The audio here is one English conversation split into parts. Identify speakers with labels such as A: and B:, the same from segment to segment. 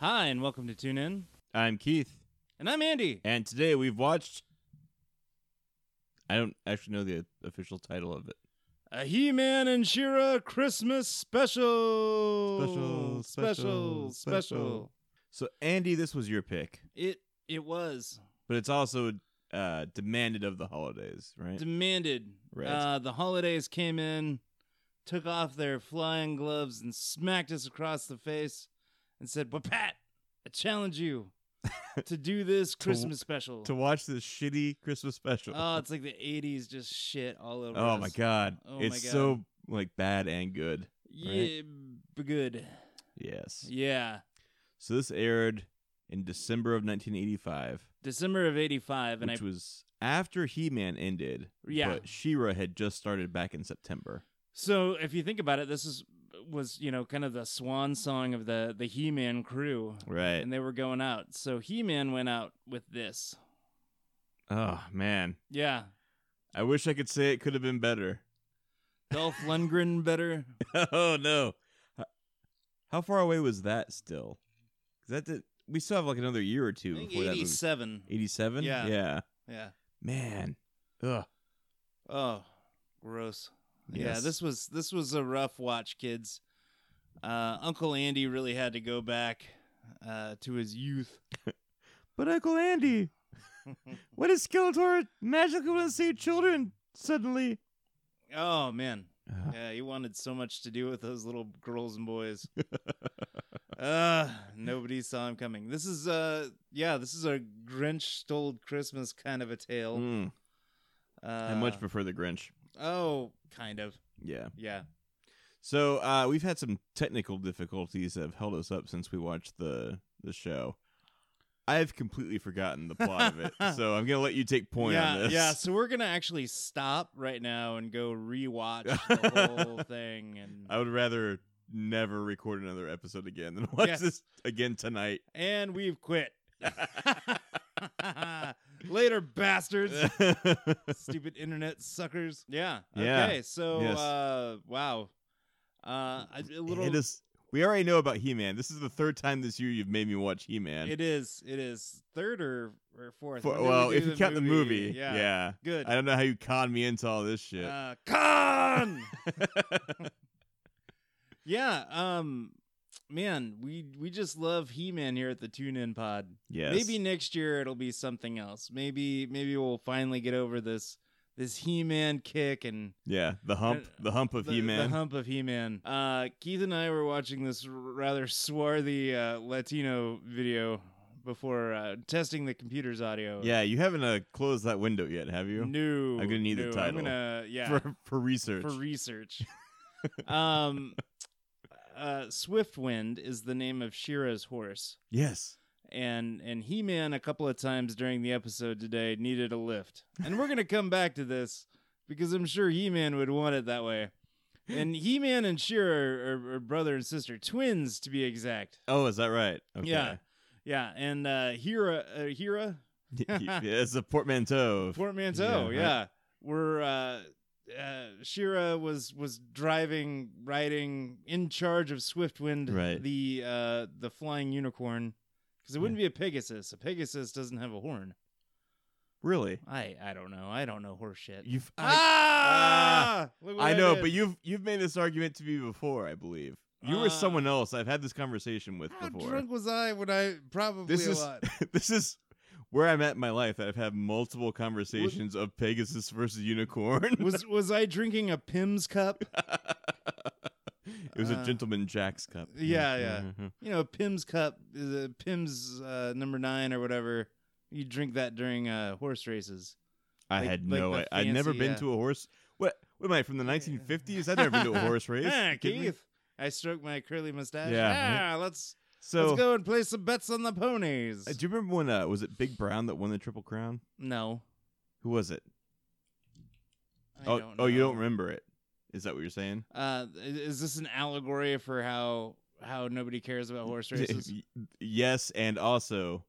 A: Hi, and welcome to Tune In.
B: I'm Keith,
A: And I'm Andy.
B: and today we've watched. I don't actually know the official title of it.
A: A He Man and Shira Christmas special.
B: Special, special, special. So, Andy, this was your pick,
A: It it was
B: but it's also uh, demanded of the holidays, right?
A: demanded.
B: Right.
A: Uh, the holidays came in, took off their flying gloves, and smacked us across the face and said, But Pat, I challenge you to do this Christmas special.
B: to watch this shitty Christmas special.
A: oh, it's like the 80s, just shit all over
B: Oh
A: us.
B: my god,
A: Oh my
B: it's
A: God.
B: so like bad and good.
A: Yeah, b- good.
B: Yes.
A: Yeah.
B: So this aired in December of 1985,
A: December of 85, and I
B: which was after He-Man ended.
A: Yeah.
B: But She-Ra had just started back in September.
A: So if you think about it, this is was you know kind of the swan song of the the He Man crew,
B: Right.
A: and they were going out. So He Man went out with this.
B: Oh man,
A: Yeah,
B: I wish I could say it could have been better.
A: Dolph Lundgren better.
B: oh no. H- How far away was that still? 'Cause that did, we still have like another year or two
A: I think
B: before that
A: eighty
B: movie.
A: seven.
B: 87?
A: Yeah.
B: Yeah.
A: Yeah.
B: Man. Ugh.
A: Oh, gross. Yeah,
B: Yes.
A: this was this was a rough watch, kids. Uh, Uncle Andy really had to go back uh, to his youth.
B: But Uncle Andy, what is Skeletor magically want to see children suddenly?
A: Oh man,
B: Uh-huh.
A: Yeah, he wanted so much to do with those little girls and boys. uh, nobody saw him coming. This is uh yeah, this is a Grinch stole Christmas kind of a tale.
B: Mm,
A: Oh, Uh,
B: I much prefer the Grinch.
A: Oh, kind of.
B: Yeah.
A: Yeah.
B: So uh, we've had some technical difficulties that have held us up since we watched the the show. I've completely forgotten the plot of it, so I'm gonna let you take point
A: yeah,
B: on this.
A: yeah. So we're gonna actually stop right now and go rewatch the whole thing and
B: I would rather never record another episode again than watch
A: Yes.
B: this again tonight.
A: and we've quit. Later, bastards. stupid internet suckers. Yeah.
B: Yeah.
A: Okay. So,
B: Yes.
A: uh, wow. Uh, I- a little.
B: It is. We already know about He Man. This is the third time this year you've made me watch He Man.
A: It is. It is third or, or fourth.
B: For,
A: When did we
B: well,
A: do
B: if you count the movie,
A: yeah.
B: yeah.
A: Good.
B: I don't know how you conned me into all this shit.
A: Uh, con. yeah. Um. Man, we we just love He Man here at the Tune In Pod.
B: yes.
A: Maybe next year it'll be something else. Maybe maybe we'll finally get over this this He Man kick and
B: Yeah. The hump.
A: Uh,
B: The hump of
A: the,
B: He
A: the
B: Man.
A: hump of He-Man. Uh, Keith and I were watching this r- rather swarthy uh, Latino video before uh, testing the computer's audio.
B: Yeah. You haven't uh, closed that window yet, have you?
A: No,
B: I'm gonna need the
A: no,
B: title.
A: I'm gonna yeah
B: For for research.
A: for research. um, uh, Swiftwind is the name of Shira's horse,
B: yes.
A: and and He-Man a couple of times during the episode today needed a lift, and we're gonna come back to this because I'm sure He-Man would want it that way. And He-Man and Shira are, are brother and sister, twins to be exact.
B: Oh, is that right? Okay.
A: Yeah, yeah, and uh, Hira, uh, Hira,
B: yeah, it's a portmanteau. of-
A: portmanteau. Yeah,
B: right.
A: we're uh, uh, Shira was was driving, riding in charge of Swiftwind,
B: Right.
A: the uh, the flying unicorn, because it wouldn't be a Pegasus. A Pegasus doesn't have a horn.
B: Really?
A: I I don't know. I don't know horse shit.
B: You've. I,
A: ah, Look what
B: I know,
A: did.
B: but you've you've made this argument to me before. I believe you
A: Uh,
B: were someone else. I've had this conversation with
A: How
B: before.
A: drunk was I when I probably
B: This
A: a
B: is-
A: lot.
B: this is where I'm at in my life. I've had multiple conversations of Pegasus versus unicorn.
A: was was I drinking a Pim's cup?
B: it was
A: Uh,
B: a gentleman Jack's cup.
A: yeah, yeah.
B: Mhm.
A: you know, Pim's cup, uh, Pim's uh, number nine or whatever. You drink that during uh, horse races.
B: I
A: Like-
B: had
A: like
B: no.
A: the
B: I, I'd never
A: fancy, uh
B: been
A: yeah.
B: to a horse. What? What am I from the 1950s? I've never been to a horse race.
A: Ah,
B: You kidding me?
A: Keith, I stroked my curly mustache.
B: Yeah. Mm-hmm.
A: Ah, let's
B: So,
A: let's go and play some bets on the ponies.
B: uh, do you remember when uh, was it Big Brown that won the Triple Crown?
A: no,
B: Who was it?
A: I
B: oh,
A: don't
B: oh, you
A: know.
B: don't remember it? Is that what you're saying?
A: Uh, i- is this an allegory for how how nobody cares about horse races?
B: yes, and also,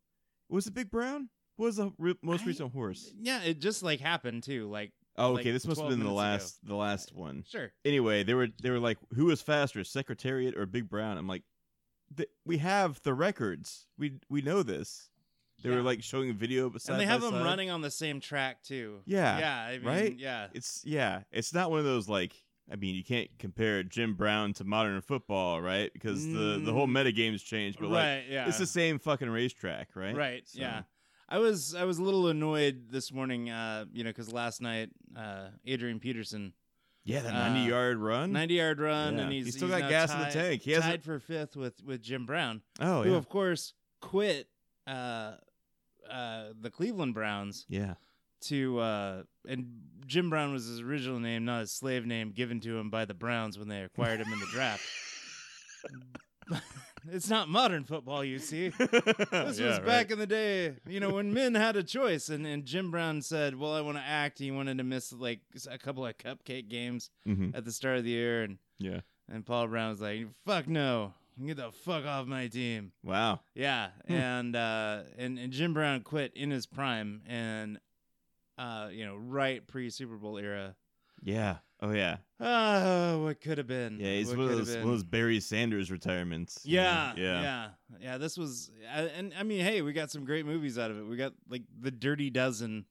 B: was it Big Brown? What was the re- most
A: I-
B: recent horse?
A: yeah, it just like happened too. Like,
B: Oh,
A: like,
B: okay. this must have
A: 12
B: been the
A: minutes
B: last, the last one.
A: sure,
B: Anyway, they were they were like, who was faster, Secretariat or Big Brown? I'm like, th- we have the records. We we know this. They
A: Yeah.
B: were like showing video beside.
A: and they have them running on the same track too.
B: Yeah,
A: yeah, I mean,
B: right?
A: Yeah,
B: It's yeah. It's not one of those like. I mean, you can't compare Jim Brown to modern football, right? Because the the whole metagame's changed. But like,
A: Mm. right. yeah,
B: it's the same fucking racetrack, right?
A: Right.
B: So-
A: Yeah. I was I was a little annoyed this morning, uh, you know, because last night uh, Adrian Peterson,
B: Yeah, that
A: Uh,
B: ninety yard run.
A: ninety yard run,
B: Yeah.
A: and he's
B: He's still
A: he's
B: got
A: now
B: gas in the
A: tied-
B: tank. He hasn't-
A: tied for fifth with with Jim Brown,
B: oh
A: who
B: yeah.
A: of course quit uh, uh, the Cleveland Browns
B: Yeah.
A: to uh, and Jim Brown was his original name, not his slave name given to him by the Browns when they acquired him in the draft. it's not modern football, you see.
B: Oh,
A: This was back in the day, you know, when men had a choice, and, and Jim Brown said, "Well, I want to act." He wanted to miss like s- a couple of cupcake games
B: hmm
A: at the start of the year, and
B: Yeah.
A: and Paul Brown was like, "Fuck no, get the fuck off my team."
B: Wow.
A: Yeah,
B: Hmm.
A: and uh, and and Jim Brown quit in his prime, and uh, you know, right pre Super Bowl era.
B: Yeah. Oh yeah.
A: Oh, what could have been?
B: Yeah. He's
A: What
B: one of,
A: could have
B: those, one of
A: been.
B: those Barry Sanders retirements. you know?
A: Yeah, yeah,
B: Yeah.
A: yeah, This was, I- and I mean, hey, we got some great movies out of it. We got like The Dirty Dozen,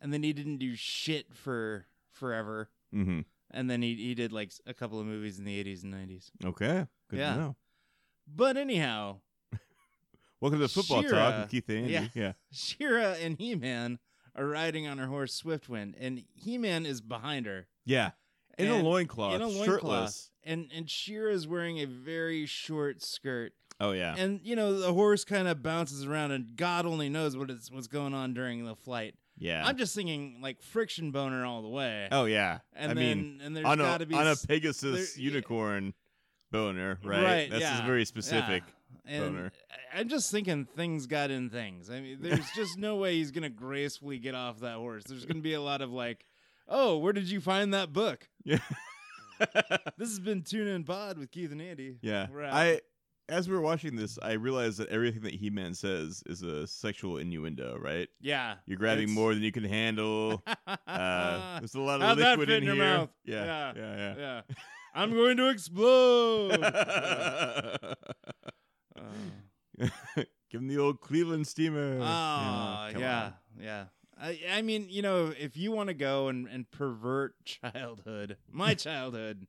A: and then he didn't do shit for forever.
B: hmm
A: And then he he did like a couple of movies in the eighties and nineties.
B: Okay. Good
A: Yeah.
B: to know.
A: But anyhow,
B: Welcome to football talk
A: Shira.
B: with Keith and Andy.
A: Yeah.
B: Yeah.
A: Shira and He Man are riding on her horse Swiftwind, and He Man is behind her.
B: Yeah. In
A: and,
B: a loincloth,
A: in a loincloth.
B: shirtless.
A: and and Shira is wearing a very short skirt.
B: Oh yeah.
A: And you know the horse kind of bounces around, and God only knows what is what's going on during the flight.
B: yeah.
A: I'm just thinking like friction boner all the way.
B: oh yeah.
A: and
B: I
A: then
B: mean,
A: and there's
B: on a
A: got to be
B: on a
A: s-
B: Pegasus
A: there-
B: unicorn boner, right?
A: Right,
B: That's just
A: yeah,
B: very specific.
A: yeah. And
B: boner.
A: I- I'm just thinking things got in things. I mean, there's just no way he's gonna gracefully get off that horse. There's gonna be a lot of like, oh, where did you find that book?
B: Yeah.
A: This has been Tune In Pod with Keith and Andy.
B: Yeah.
A: We're out.
B: I as we were watching this, I realized that everything that He Man says is a sexual innuendo, right?
A: Yeah.
B: You're grabbing
A: It's-
B: more than you can handle. Uh, there's a lot of
A: How'd that
B: liquid
A: fit
B: in,
A: in your
B: here.
A: mouth?
B: Yeah,
A: Yeah.
B: yeah,
A: yeah. I'm going to explode.
B: yeah.
A: Uh.
B: Give him the old Cleveland
A: Oh,
B: steamer. Yeah, come
A: yeah,
B: on.
A: yeah. I, I mean, you know, if you want to go and, and pervert childhood, my childhood,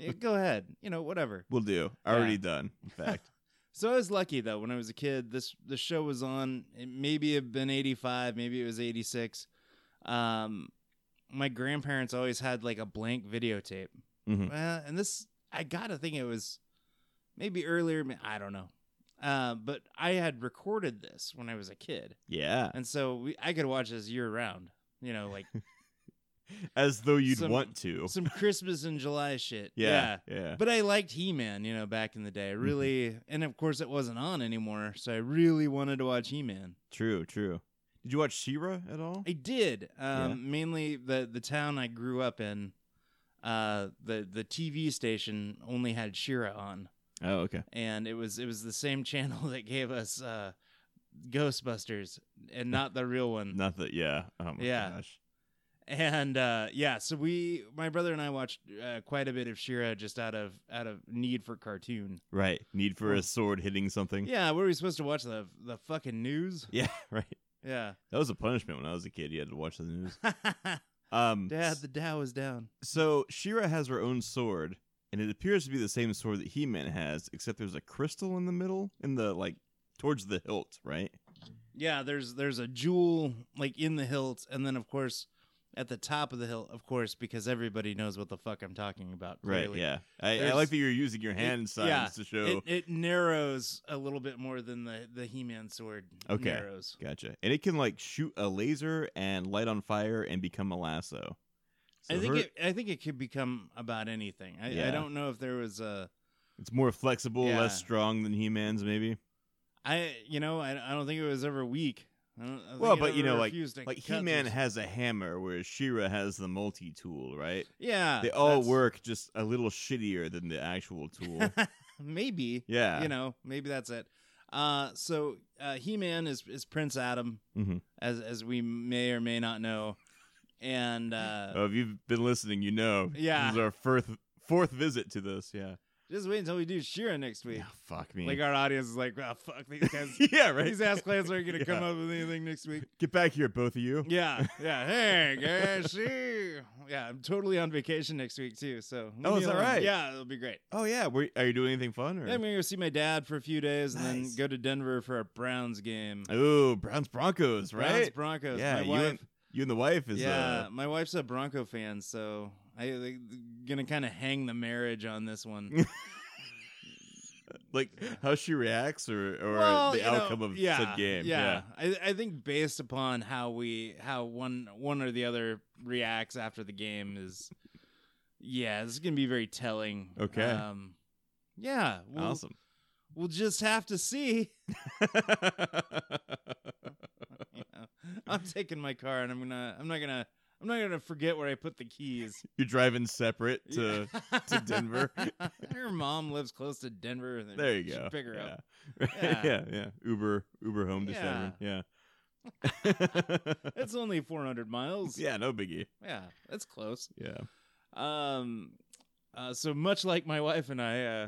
A: eh, go ahead. You know, whatever.
B: we'll do. Already done. In fact,
A: So I was lucky though when I was a kid. This the show was on. It maybe had been eighty five, maybe it was eighty six. Um, my grandparents always had like a blank videotape,
B: Mhm.
A: Well, and this I gotta think it was maybe earlier. ma- I don't know. Uh, but I had recorded this when I was a kid.
B: yeah.
A: And so we, I could watch this year round. You know, like
B: As though you'd
A: Some-
B: want to.
A: some Christmas and July shit.
B: yeah, yeah,
A: But I liked He Man, you know, back in the day. I Really. And of course, it wasn't on anymore. So I really wanted to watch He Man.
B: True, true. Did you watch Shira at all?
A: I did. Um,
B: Yeah.
A: Mainly the, the town I grew up in, uh, the, the TV station only had Shira on.
B: Oh, okay.
A: And it was it was the same channel that gave us uh, Ghostbusters and not the real one.
B: Not that. Yeah. Oh my
A: Yeah.
B: gosh.
A: and uh yeah so we my brother and i watched uh, quite a bit of shira just out of out of need for cartoon
B: Right. Need for
A: Well-
B: a sword hitting something.
A: Oh. yeah what were we supposed to watch the the fucking news
B: Yeah, Right.
A: yeah
B: That was a punishment when I was a kid. You had to watch the news. Um,
A: dad the dow is down
B: So Shira has her own sword, and it appears to be the same sword that He Man has, except there's a crystal in the middle, in the like towards the hilt, right?
A: yeah there's there's a jewel like in the hilt and then of course at the top of the hilt of course because everybody knows what the fuck i'm talking about clearly.
B: Yeah. I, I
A: There's-
B: like that you're using your hand
A: It-
B: signs
A: yeah,
B: to show.
A: it, it narrows a little bit more than the the he-man sword
B: Okay.
A: narrows
B: gotcha. And it can like shoot a laser and light on fire and become a lasso. So
A: I think
B: her-
A: it, I think it could become about anything. I,
B: Yeah.
A: I don't know if there was a
B: it's more flexible,
A: Yeah.
B: less strong than He Man's, maybe.
A: I you know I, I don't think it was ever weak. I don't, I think
B: Well,
A: it
B: but, you
A: ever
B: know, like-
A: refused to
B: Like
A: cut
B: He Man
A: through-
B: has a hammer, whereas Shira has the multi tool, right?
A: yeah,
B: They all
A: that's-
B: work just a little shittier than the actual tool.
A: maybe
B: yeah.
A: you know maybe that's it. Uh, so uh, He Man is is Prince Adam,
B: Mhm.
A: as as we may or may not know, and uh,
B: Oh, if you've been listening, you know.
A: Yeah.
B: This is our fourth fourth visit to this. Yeah.
A: Just wait until we do Shira next week.
B: Yeah, fuck me.
A: Like uh, our audience is like, oh, fuck these guys.
B: yeah, right.
A: These ass clowns aren't gonna come
B: Yeah.
A: up with anything next week.
B: Get back here, both of you.
A: Yeah, yeah. Hey, guys, see? Yeah, I'm totally on vacation next week too. So leave
B: Oh,
A: me
B: is that
A: alone.
B: right?
A: Yeah, it'll be great.
B: Oh yeah, Were, are you doing anything fun? Or?
A: Yeah, I'm gonna go see my dad for a few days and then
B: Nice.
A: go to Denver for a Browns game.
B: oh, Browns Broncos,
A: Browns
B: right?
A: Broncos.
B: Yeah,
A: my
B: you
A: wife.
B: and- you and the wife is
A: yeah,
B: uh,
A: my wife's a Bronco fan, so I like, gonna kind of hang the marriage on this one.
B: like how she reacts or or uh,
A: Well,
B: the
A: you know,
B: outcome of
A: yeah,
B: said game.
A: Yeah, I, I think based upon how we how one one or the other reacts after the game is, yeah, this is gonna be very telling.
B: Okay.
A: Um, yeah, we'll,
B: awesome.
A: We'll just have to see. You know, I'm taking my car, and I'm gonna I'm not gonna I'm not gonna forget where I put the keys.
B: You're driving separate to. to Denver.
A: Her mom lives close to Denver. and
B: There you
A: should
B: go.
A: Pick her
B: yeah.
A: up.
B: yeah,
A: Yeah.
B: yeah, Uber, Uber home to Denver. Yeah.
A: It's only 400 miles.
B: yeah, no biggie.
A: yeah, that's close.
B: Yeah.
A: Um, uh, so much like my wife and I, uh,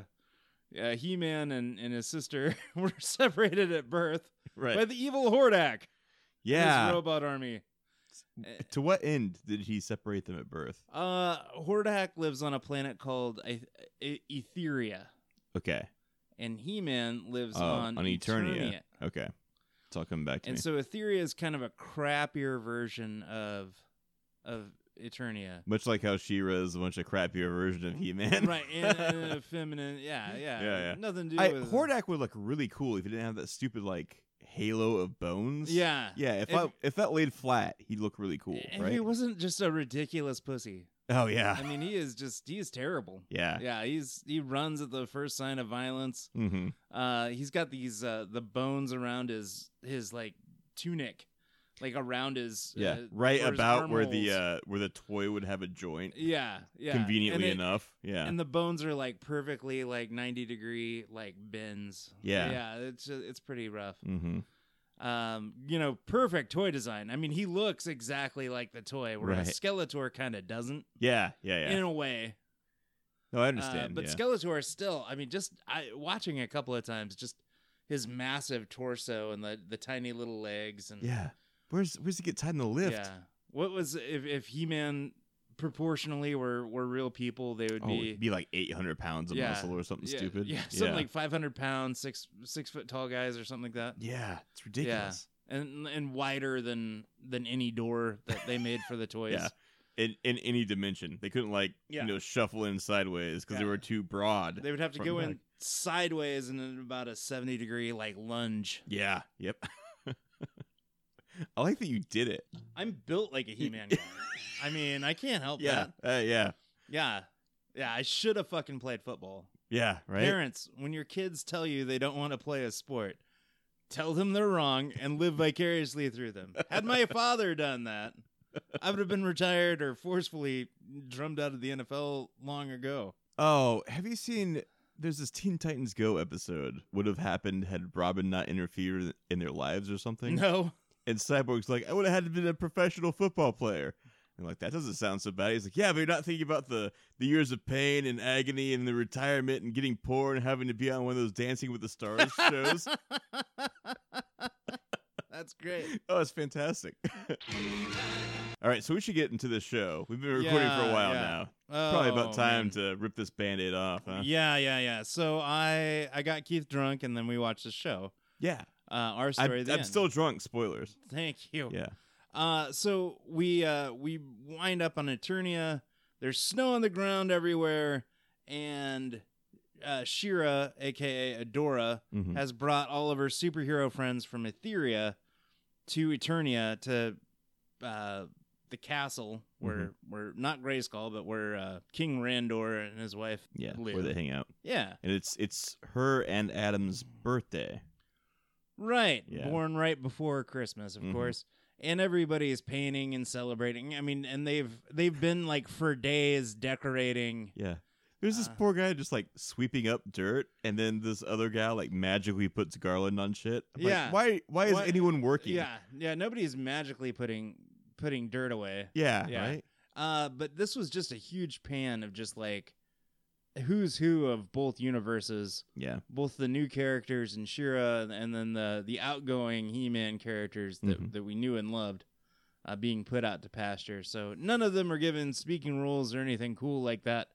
A: uh, He-Man and, and his sister were separated at birth
B: Right.
A: by the evil Hordak.
B: yeah.
A: His robot army. Uh,
B: to what end did he separate them at birth?
A: Uh, Hordak lives on a planet called I- I- Etheria,
B: Okay.
A: and He-Man lives
B: Oh,
A: on,
B: on Eternia. Okay. It's all coming back to
A: And
B: me.
A: so Etheria is kind of a crappier version of of Eternia.
B: Much like how She-Ra is a bunch of crappier version of He-Man.
A: right, and, and a feminine. Yeah, yeah.
B: Yeah, yeah.
A: Nothing to do
B: I,
A: with
B: Hordak would look really cool if he didn't have that stupid like halo of bones.
A: Yeah.
B: Yeah, if,
A: If-
B: I if that laid flat, he'd look really cool,
A: If
B: right?
A: he wasn't just a ridiculous pussy.
B: oh yeah.
A: I mean, he is just he is terrible.
B: yeah.
A: Yeah, he's he runs at the first sign of violence.
B: Mm-hmm.
A: Uh he's got these uh the bones around his his like tunic like around his
B: Yeah.
A: uh,
B: right
A: where his
B: about
A: arm
B: where the
A: holes-
B: uh where the toy would have a joint
A: yeah, yeah.
B: conveniently
A: And it-
B: enough. Yeah.
A: and the bones are like perfectly like 90 degree like bends
B: Yeah.
A: yeah it's it's pretty rough
B: mm-hmm.
A: um you know perfect toy design i mean he looks exactly like the toy whereas
B: Right.
A: skeletor kind of doesn't
B: Yeah, yeah, yeah.
A: in a way
B: no, I
A: Uh,
B: understand.
A: but
B: yeah.
A: skeletor still i mean just i watching a couple of times just his massive torso and the the tiny little legs and
B: yeah. Where's where's he get tied in the lift?
A: yeah what was if if he-man proportionally were were real people they would
B: Oh,
A: be
B: it'd be like 800 pounds of
A: Yeah.
B: muscle or something
A: yeah,
B: stupid.
A: Yeah, something like 500 pounds, six six foot tall guys or something like that,
B: yeah, it's ridiculous.
A: and and wider than than any door that they made for the toys.
B: Yeah. In in any dimension, they couldn't like
A: Yeah.
B: you know shuffle in sideways because they
A: Yeah.
B: were too broad.
A: They would have to
B: Front
A: go
B: and
A: in sideways and then about a 70 degree like lunge.
B: yeah, yep. I like that you did it.
A: I'm built like a He-Man guy. I mean, I can't help
B: Yeah,
A: that.
B: uh, yeah,
A: Yeah. Yeah, I should have fucking played football.
B: yeah. Right.
A: Parents, when your kids tell you they don't want to play a sport, tell them they're wrong and live vicariously through them. Had my father done that, I would have been retired or forcefully drummed out of the NFL long ago.
B: Oh, have you seen? There's this Teen Titans Go episode. Would have happened had Robin not interfered in their lives or something.
A: No.
B: And Cyborg's like, I would have had to be a professional football player. And like, that doesn't sound so bad. He's like, Yeah, but you're not thinking about the the years of pain and agony and the retirement and getting poor and having to be on one of those Dancing with the Stars shows.
A: That's great.
B: oh, it's fantastic. All right, so we should get into this show. We've been recording for
A: Yeah,
B: a while
A: yeah.
B: now. Probably
A: Oh,
B: about time
A: man.
B: to rip this band aid off, huh?
A: Yeah, yeah, yeah. So I I got Keith drunk and then we watched the show.
B: Yeah.
A: Uh, our
B: I'm,
A: story. at the
B: I'm
A: end.
B: still drunk, spoilers.
A: Thank you.
B: Yeah.
A: Uh, so we uh, we wind up on Eternia. There's snow on the ground everywhere, and uh, Shira, aka Adora,
B: Mhm.
A: has brought all of her superhero friends from Etheria to Eternia to uh, the castle where where not Grayskull, but where uh, King Randor and his wife.
B: Yeah,
A: Lou.
B: where they hang out.
A: Yeah,
B: And it's it's her and Adam's birthday.
A: right.
B: Yeah.
A: Born right before Christmas, of
B: Mhm.
A: course. And everybody is painting and celebrating. I mean, and they've they've been like for days decorating.
B: Yeah. There's this
A: Uh,
B: poor guy just like sweeping up dirt, and then this other guy like magically puts garland on shit. I'm like,
A: Yeah.
B: why? Why is
A: Why-
B: anyone working?
A: Yeah, yeah. Nobody's magically putting putting dirt away.
B: Yeah.
A: Yeah.
B: Right.
A: Uh, but this was just a huge pan of just like who's who of both universes,
B: Yeah.
A: both the new characters in Shira and- and then the the outgoing He-Man characters that
B: Mhm.
A: that we knew and loved. Uh, being put out to pasture, so none of them are given speaking roles or anything cool like that.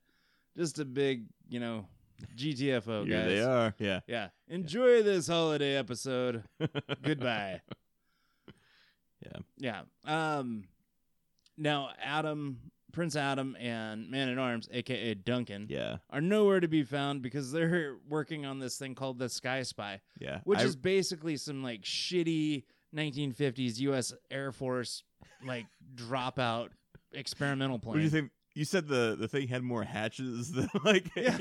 A: Just a big, you know, GTFO
B: Here
A: guys.
B: they are. Yeah.
A: Yeah, enjoy this holiday episode. Goodbye.
B: Yeah.
A: Yeah. Um. Now, Adam, Prince Adam, and Man at Arms, aka Duncan,
B: yeah.
A: are nowhere to be found because they're working on this thing called the Sky Spy,
B: Yeah.
A: which
B: I-
A: is basically some like shitty 1950s U.S. Air Force like dropout experimental
B: What do you
A: plane.
B: think? You said the the thing had more hatches than like.
A: Yeah.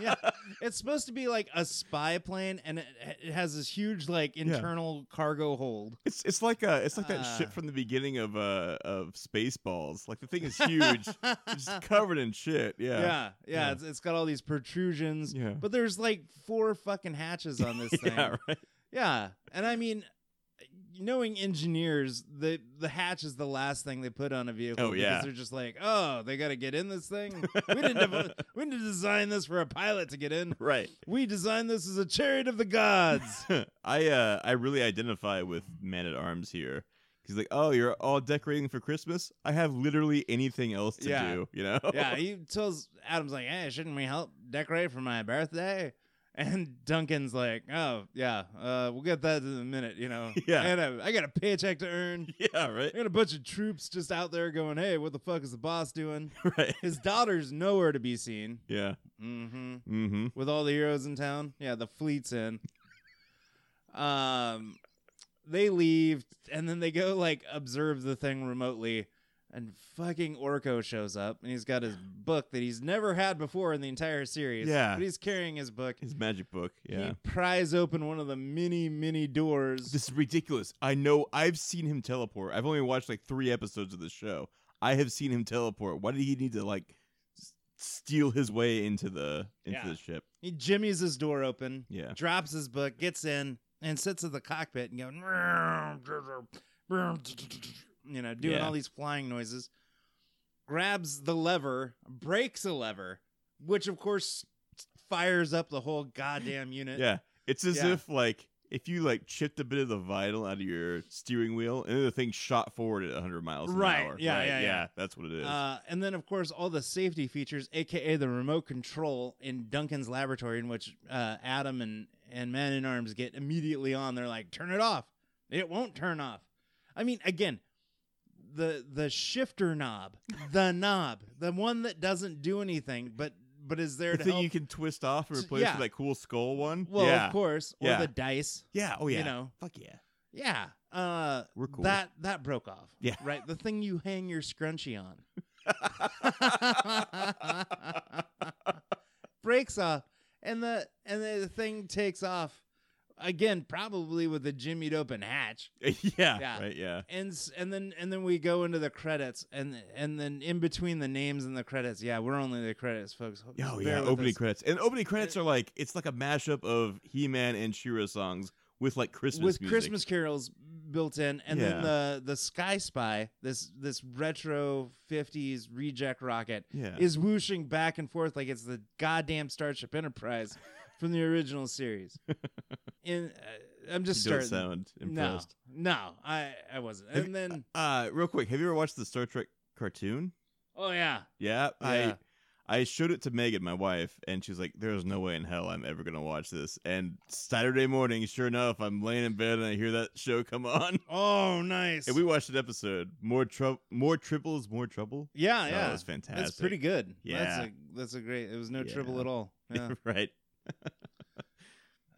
A: Yeah. It's supposed to be like a spy plane, and it, it has this huge like internal cargo hold.
B: It's it's like uh it's like that
A: Uh.
B: shit from the beginning of uh of Spaceballs. Like the thing is huge, it's just covered in shit.
A: Yeah,
B: Yeah.
A: yeah.
B: Yeah.
A: It's, it's got all these protrusions,
B: Yeah.
A: but there's like four fucking hatches on this thing.
B: yeah. Right.
A: Yeah, and I mean, knowing engineers, the the hatch is the last thing they put on a vehicle.
B: Oh, yeah.
A: because they're just like, oh, they got to get in this thing. we didn't dev- we didn't design this for a pilot to get in.
B: Right.
A: We designed this as a chariot of the gods.
B: I uh I really identify with Man at Arms here. He's like, oh, you're all decorating for Christmas. I have literally anything else to
A: Yeah.
B: do. You know.
A: yeah, he tells Adam's like, hey, shouldn't we help decorate for my birthday? And Duncan's like, oh yeah, uh, we'll get that in a minute, you know.
B: Yeah.
A: I got a, I got a paycheck to earn.
B: yeah. Right.
A: I got a bunch of troops just out there going, hey, what the fuck is the boss doing?
B: Right.
A: His daughter's nowhere to be seen.
B: Yeah.
A: Mm-hmm.
B: Mm-hmm.
A: With all the heroes in town, yeah, the fleet's in. Um, they leave and then they go like observe the thing remotely, and fucking Orko shows up and he's got his book that he's never had before in the entire series.
B: Yeah.
A: but he's carrying his book.
B: His magic book. Yeah.
A: He pries open one of the many, many doors.
B: This is ridiculous. I know I've seen him teleport. I've only watched like three episodes of the show. I have seen him teleport. Why did he need to like s- steal his way into the into
A: Yeah.
B: the ship?
A: he jimmies his door open.
B: Yeah.
A: drops his book, gets in, and sits at the cockpit and going, you know, doing
B: Yeah.
A: all these flying noises. Grabs the lever, breaks a lever, which of course fires up the whole goddamn unit.
B: Yeah. It's as
A: Yeah.
B: if like if you like chipped a bit of the vinyl out of your steering wheel and then the thing shot forward at 100 miles an
A: Right.
B: hour.
A: Yeah,
B: Right.
A: yeah, yeah.
B: That's what it is.
A: Uh, and then, of course, all the safety features, aka the remote control in Duncan's laboratory, in which uh, Adam and and Man in Arms get immediately on. They're like, "Turn it off! It won't turn off." I mean, again, the the shifter knob, the knob, the one that doesn't do anything, but but is there
B: the
A: to
B: thing
A: help.
B: you can twist off and
A: S-
B: replace
A: yeah.
B: with that cool skull one.
A: well,
B: yeah.
A: of course, or
B: Yeah.
A: the dice.
B: Yeah. Oh yeah.
A: You know,
B: Fuck yeah.
A: yeah. Uh,
B: We're cool.
A: That that broke off.
B: Yeah.
A: Right. The thing you hang your scrunchie on. breaks off and the and the thing takes off again probably with a jimmied open hatch
B: yeah.
A: Yeah.
B: Right. Yeah.
A: and s- and then and then we go into the credits and and then in between the names and the credits yeah we're only the credits folks
B: Oh
A: Bear
B: yeah,
A: with
B: opening
A: us.
B: credits. And opening credits are like it's like a mashup of He-Man and Shira songs with like Christmas
A: with
B: music.
A: christmas carols built in and then
B: Yeah.
A: the the sky spy this this retro 50s reject rocket
B: Yeah.
A: is whooshing back and forth like it's the goddamn Starship Enterprise from the original series. In uh, I'm just
B: You don't
A: starting.
B: sound
A: no,
B: impressed.
A: no, I I wasn't.
B: Have
A: and then
B: Uh, real quick, have you ever watched the Star Trek cartoon?
A: oh yeah,
B: Yeah,
A: Yeah.
B: I I showed it to Megan, my wife, and she's like, "There's no way in hell I'm ever gonna watch this." And Saturday morning, sure enough, I'm laying in bed and I hear that show come on,
A: oh nice.
B: and we watched an episode. More trouble, more triples, more trouble.
A: yeah
B: Oh,
A: yeah,
B: it was fantastic.
A: that's pretty good.
B: Yeah.
A: that's a, that's a great. It was no
B: Yeah.
A: trouble at all. Yeah.
B: right.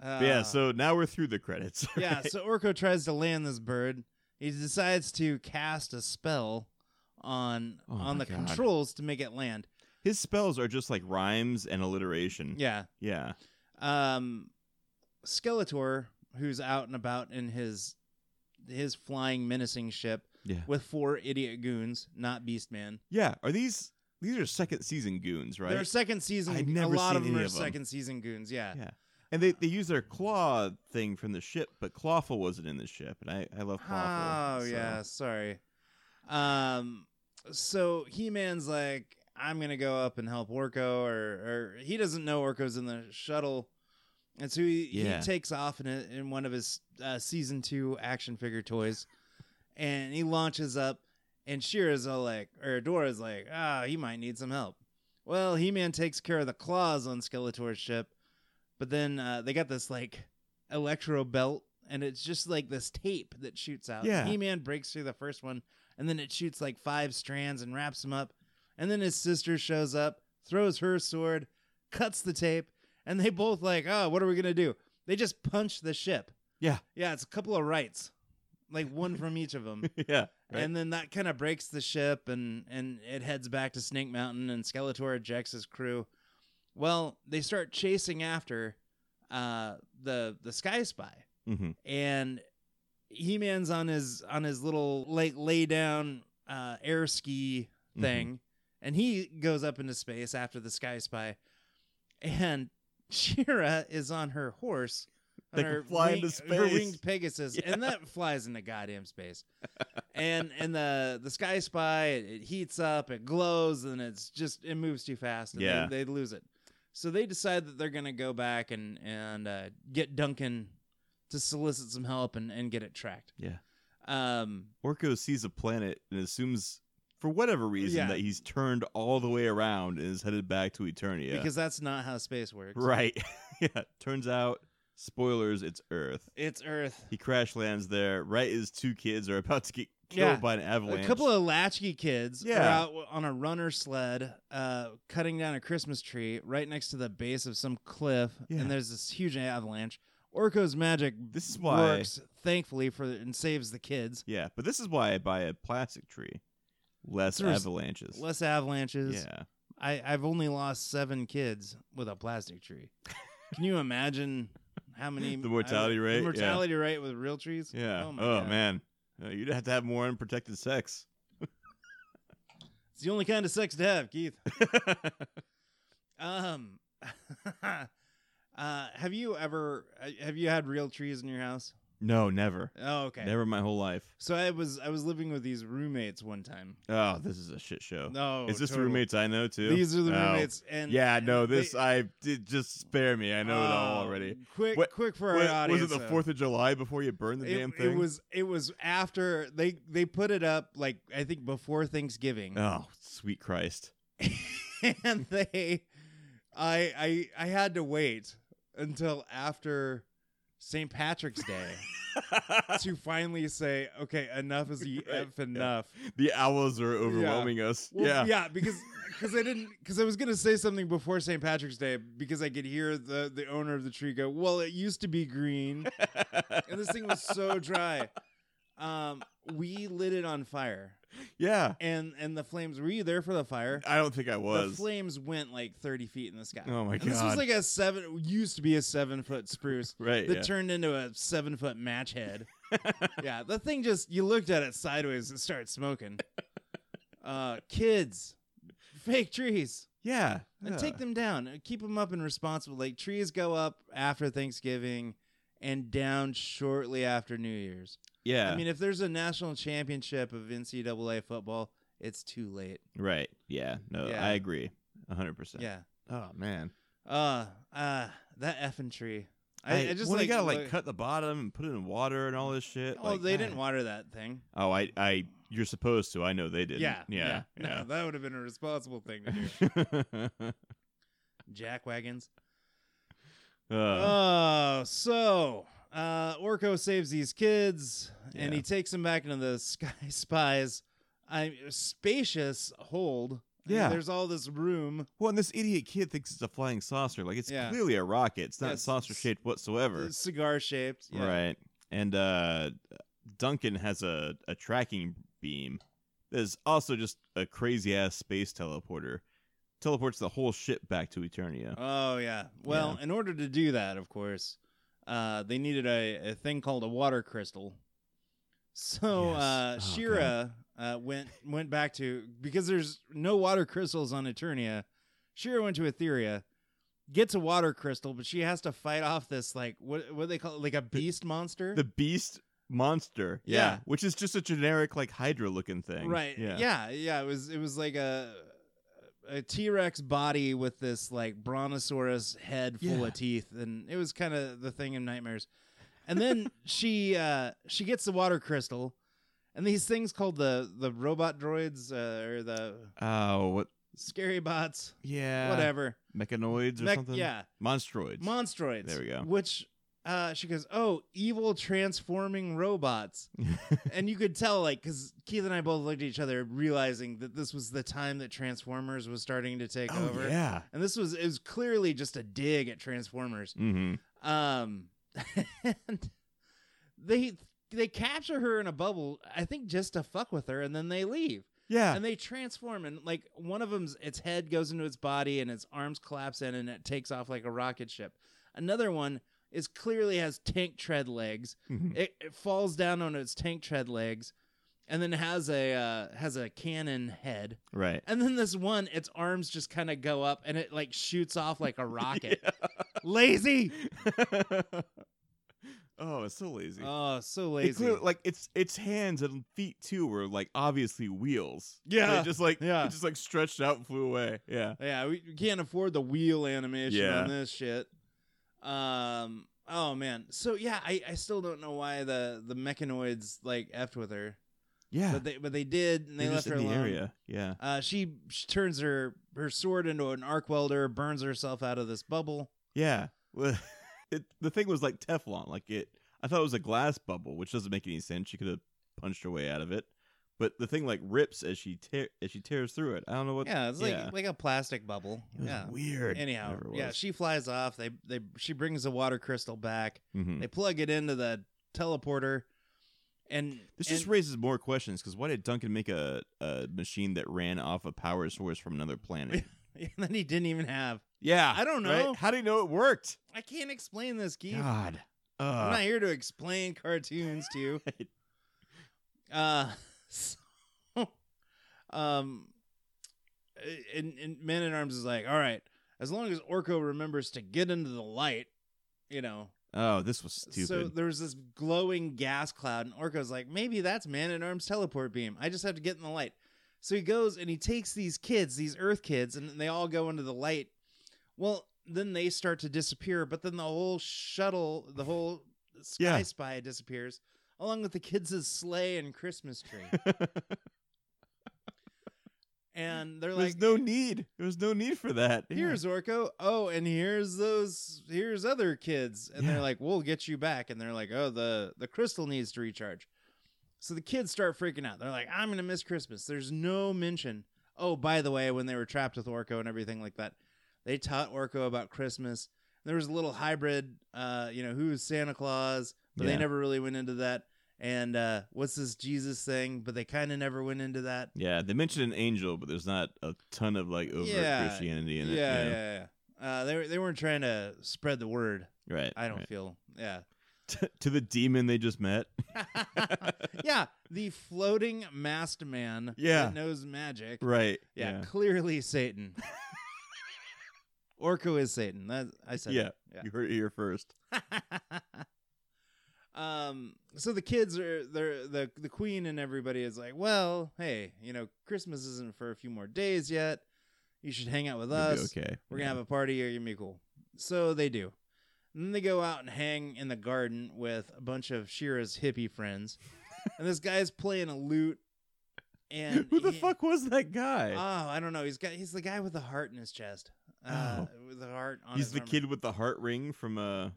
A: Uh,
B: But yeah. So now we're through the credits.
A: yeah,
B: right?
A: so Orko tries to land this bird. He decides to cast a spell on
B: Oh,
A: on
B: my
A: the
B: God.
A: controls to make it land.
B: His spells are just like rhymes and alliteration.
A: Yeah.
B: Yeah.
A: um skeletor who's out and about in his his flying menacing ship
B: Yeah.
A: with four idiot goons not beastman
B: Yeah. Are these these are second season goons, right?
A: their second season
B: I'd
A: a
B: never
A: lot
B: seen
A: of them
B: any
A: are
B: of 'em.
A: second season goons yeah
B: Yeah. and they, they use their claw thing from the ship, but Clawful wasn't in the ship, and I, I love Clawful.
A: oh
B: so-
A: yeah sorry um so he-man's like I'm gonna go up and help Orko, or or he doesn't know Orko's in the shuttle, and so he,
B: Yeah.
A: he takes off in a, in one of his uh, season two action figure toys, and he launches up, and Shira's all like, or Dora's like, ah, he might need some help. Well, He Man takes care of the claws on Skeletor's ship, but then uh, they got this like electro belt, and it's just like this tape that shoots out.
B: Yeah.
A: He Man breaks through the first one, and then it shoots like five strands and wraps him up. And then his sister shows up, throws her sword, cuts the tape, and they both like, oh, what are we gonna do? They just punch the ship.
B: Yeah.
A: yeah, it's a couple of rights, like one from each of them.
B: yeah. Right?
A: And then that kind of breaks the ship, and and it heads back to Snake Mountain, and Skeletor ejects his crew. Well, they start chasing after uh, the the Sky Spy,
B: mm-hmm.
A: and He Man's on his on his little like lay down uh, air ski
B: mm-hmm.
A: thing, and he goes up into space after the Sky Spy, and Shira is on her horse.
B: They
A: on
B: can
A: her
B: fly
A: wing-
B: into
A: Her
B: space.
A: winged Pegasus, and
B: Yeah.
A: that flies into goddamn space. and and the the Sky Spy, it, it heats up, it glows, and it's just it moves too fast. And
B: Yeah.
A: they, they lose it. So they decide that they're gonna go back and and uh, get Duncan to solicit some help and, and get it tracked.
B: Yeah.
A: Um,
B: Orko sees a planet and assumes, for whatever reason,
A: Yeah.
B: that he's turned all the way around and is headed back to Eternia.
A: because that's not how space works.
B: right. yeah. Turns out, spoilers, it's Earth.
A: It's Earth.
B: He crash lands there right as two kids are about to get killed
A: Yeah.
B: by an
A: A
B: avalanche.
A: couple of latchkey kids are
B: Yeah.
A: out on a runner sled, uh, cutting down a Christmas tree right next to the base of some cliff,
B: Yeah.
A: and there's this huge avalanche. Orko's magic
B: This is why-
A: works, thankfully, for and saves the kids.
B: yeah, but this is why I buy a plastic tree. Less
A: There's
B: avalanches.
A: Less avalanches.
B: yeah.
A: I, I've only lost seven kids with a plastic tree. Can you imagine how many
B: The mortality rate,
A: The
B: yeah.
A: mortality rate with real trees.
B: Yeah.
A: Oh,
B: Oh,
A: my God.
B: man. Uh, you'd have to have more unprotected sex.
A: It's the only kind of sex to have, Keith. Um, uh, have you ever uh, have you had real trees in your house?
B: no, never.
A: Oh, okay.
B: Never in my whole life.
A: So I was I was living with these roommates one time.
B: Oh, this is a shit show.
A: No,
B: is this
A: totally.
B: the roommates I know too?
A: These are the
B: Oh.
A: roommates, and
B: Yeah, no,
A: they-
B: this I did just spare me. I know it all
A: Oh,
B: already.
A: Quick,
B: What-
A: quick for our
B: What-
A: audience.
B: was it the
A: though.
B: Fourth of July before you burned the
A: it,
B: damn
A: it
B: thing?
A: was it was after they they put it up like I think before Thanksgiving,
B: Oh, sweet Christ!
A: and they I I I had to wait until after St. Patrick's Day to finally say okay enough is the
B: Right,
A: f enough.
B: the owls are overwhelming us.
A: Well,
B: yeah.
A: because because I didn't because I was gonna say something before St. Patrick's Day because I could hear the the owner of the tree go, "Well, it used to be green, and this thing was so dry." Um, we lit it on fire,
B: yeah.
A: and and the flames. Were you there for the fire?
B: I don't think I
A: The
B: was.
A: flames went like thirty feet in the sky.
B: Oh my
A: And This was
B: God.
A: like a seven. Used to be a seven foot spruce
B: right.
A: that
B: yeah.
A: turned into a seven foot match head. yeah, the thing just you looked at it sideways and started smoking. Uh, kids, fake trees,
B: yeah.
A: and
B: yeah.
A: take them down. and Keep them up and responsible. Like trees go up after Thanksgiving and down shortly after New Year's.
B: Yeah.
A: I mean, if there's a national championship of NCAA football, it's too late.
B: right. Yeah. No,
A: Yeah.
B: I agree. A hundred percent.
A: Yeah.
B: Oh man.
A: Uh, uh, that effing tree. I, I just
B: well,
A: like
B: you gotta like
A: look-
B: cut the bottom and put it in water and all this shit.
A: Oh,
B: like,
A: they
B: God.
A: didn't water that thing.
B: Oh, I, I, you're supposed to. I know they didn't.
A: Yeah,
B: yeah,
A: No, that would have been a responsible thing to do.
B: yeah. Uh,
A: Jack wagons. Oh,
B: Uh,
A: so uh, Orko saves these kids, and
B: Yeah.
A: he takes them back into the Sky Spies. I spacious hold. I mean,
B: Yeah.
A: there's all this room.
B: well, and this idiot kid thinks it's a flying saucer. Like it's
A: Yeah.
B: clearly a rocket. It's not
A: That's-
B: saucer shaped whatsoever.
A: Cigar shaped. Yeah.
B: Right. And uh, Duncan has a a tracking beam. There's also just a crazy ass space teleporter. Teleports the whole ship back to Eternia.
A: Oh yeah. Well, in order to do that, of course, uh, they needed a, a thing called a water crystal. So
B: Yes.
A: uh,
B: Oh,
A: Shira uh, went went back to because there's no water crystals on Eternia. Shira went to Etheria, gets a water crystal, but she has to fight off this like what what do they call it like a beast monster.
B: The beast monster. Yeah.
A: Yeah.
B: Which is just a generic like Hydra looking thing.
A: right.
B: Yeah.
A: yeah. Yeah. It was it was like a a T Rex body with this like brontosaurus head full
B: Yeah.
A: of teeth, and it was kind of the thing in Nightmares. And then she uh, she gets the water crystal, and these things called the the robot droids uh, or the
B: Oh, what?
A: scary bots,
B: Yeah.
A: whatever.
B: Mechanoids or
A: Mech-
B: something?
A: yeah,
B: Monstroids.
A: Monstroids.
B: There we go.
A: Which uh, she goes, oh, evil transforming robots, and you could tell like because Keith and I both looked at each other, realizing that this was the time that Transformers was starting to take
B: oh,
A: over.
B: yeah.
A: And this was it was clearly just a dig at Transformers.
B: Mm-hmm.
A: Um, and they they capture her in a bubble, I think, just to fuck with her, and then they leave.
B: Yeah.
A: And they transform, and like one of them's its head goes into its body, and its arms collapse in, and it takes off like a rocket ship. Another one is clearly has tank tread legs.
B: Mhm.
A: It, it falls down on its tank tread legs, and then has a uh, has a cannon head.
B: Right.
A: And then this one, its arms just kind of go up, and it like shoots off like a rocket.
B: Yeah.
A: Lazy.
B: oh, it's so lazy.
A: Oh, so
B: It
A: lazy.
B: clear- like its its hands and feet too were like obviously wheels.
A: Yeah.
B: They just like
A: Yeah.
B: it just like stretched out and flew away. Yeah.
A: yeah, we, we can't afford the wheel animation
B: Yeah.
A: on this shit. Um. Oh man. So yeah, I, I still don't know why the the mechanoids like effed with her,
B: Yeah.
A: but they but they did, and they
B: They're
A: left
B: just
A: her
B: in the
A: alone.
B: area. Yeah.
A: Uh, she, she turns her her sword into an arc welder, burns herself out of this bubble.
B: Yeah. Well, it, the thing was like Teflon. Like it, I thought it was a glass bubble, which doesn't make any sense. She could have punched her way out of it, but the thing like rips as she tear as she tears through it. I don't know what.
A: Yeah, it's like
B: yeah.
A: like a plastic bubble.
B: It was
A: yeah.
B: weird.
A: Anyhow,
B: whatever it
A: yeah,
B: was.
A: she flies off. They they she brings the water crystal back.
B: Mhm.
A: They plug it into the teleporter, and
B: This
A: and-
B: just raises more questions because why did Duncan make a, a machine that ran off a power source from another planet?
A: and then he didn't even have.
B: yeah,
A: I don't
B: Ah, right?
A: know.
B: How do you know it worked?
A: I can't explain this, Keith.
B: God,
A: I'm
B: uh,
A: not here to explain cartoons to you.
B: Right.
A: Uh, so, um, and, and Man at Arms is like, all right, as long as Orko remembers to get into the light, you know,
B: oh, this was stupid.
A: So there was this glowing gas cloud, and Orko's like, maybe that's Man at Arms teleport beam. I just have to get in the light. So he goes and he takes these kids, these Earth kids, and they all go into the light. Well, then they start to disappear, but then the whole shuttle, the whole Sky
B: Yeah.
A: Spy disappears, along with the kids' sleigh and Christmas tree. and they're
B: There's
A: like,
B: no need. There was no need for that. Yeah.
A: Here's Orko. Oh, and here's those. Here's other kids, and
B: Yeah.
A: they're like, "We'll get you back." And they're like, "Oh, the the crystal needs to recharge." So the kids start freaking out. They're like, "I'm gonna miss Christmas." There's no mention. Oh, by the way, when they were trapped with Orko and everything like that, they taught Orko about Christmas. There was a little hybrid. Uh, you know, who's Santa Claus? But
B: Yeah.
A: they never really went into that. And uh, what's this Jesus thing? But they kind of never went into that.
B: Yeah, they mentioned an angel, but there's not a ton of like overt
A: Yeah.
B: Christianity in it.
A: yeah, yeah, yeah. Uh, they were- they weren't trying to spread the word.
B: Right.
A: I don't
B: right.
A: feel. Yeah.
B: to the demon they just met.
A: yeah. The floating masked man
B: Yeah.
A: that knows magic.
B: Right.
A: Yeah, Clearly Satan. Orko is Satan. That I said.
B: Yeah.
A: Yeah.
B: You heard it here first.
A: um so the kids are they're the the queen and everybody is like, "Well, hey, you know, Christmas isn't for a few more days yet. You should hang out with
B: You'll
A: us.
B: be okay.
A: We're gonna have a party or you're gonna be cool. So they do. And then they go out and hang in the garden with a bunch of Shira's hippie friends. and this guy's playing a lute. And
B: Who the
A: he-
B: fuck was that guy?
A: Oh, E I don't know. He's got he's the guy with the heart in his chest. Uh, with the heart on
B: Oh. He's
A: his
B: the
A: armor.
B: kid with the heart ring from uh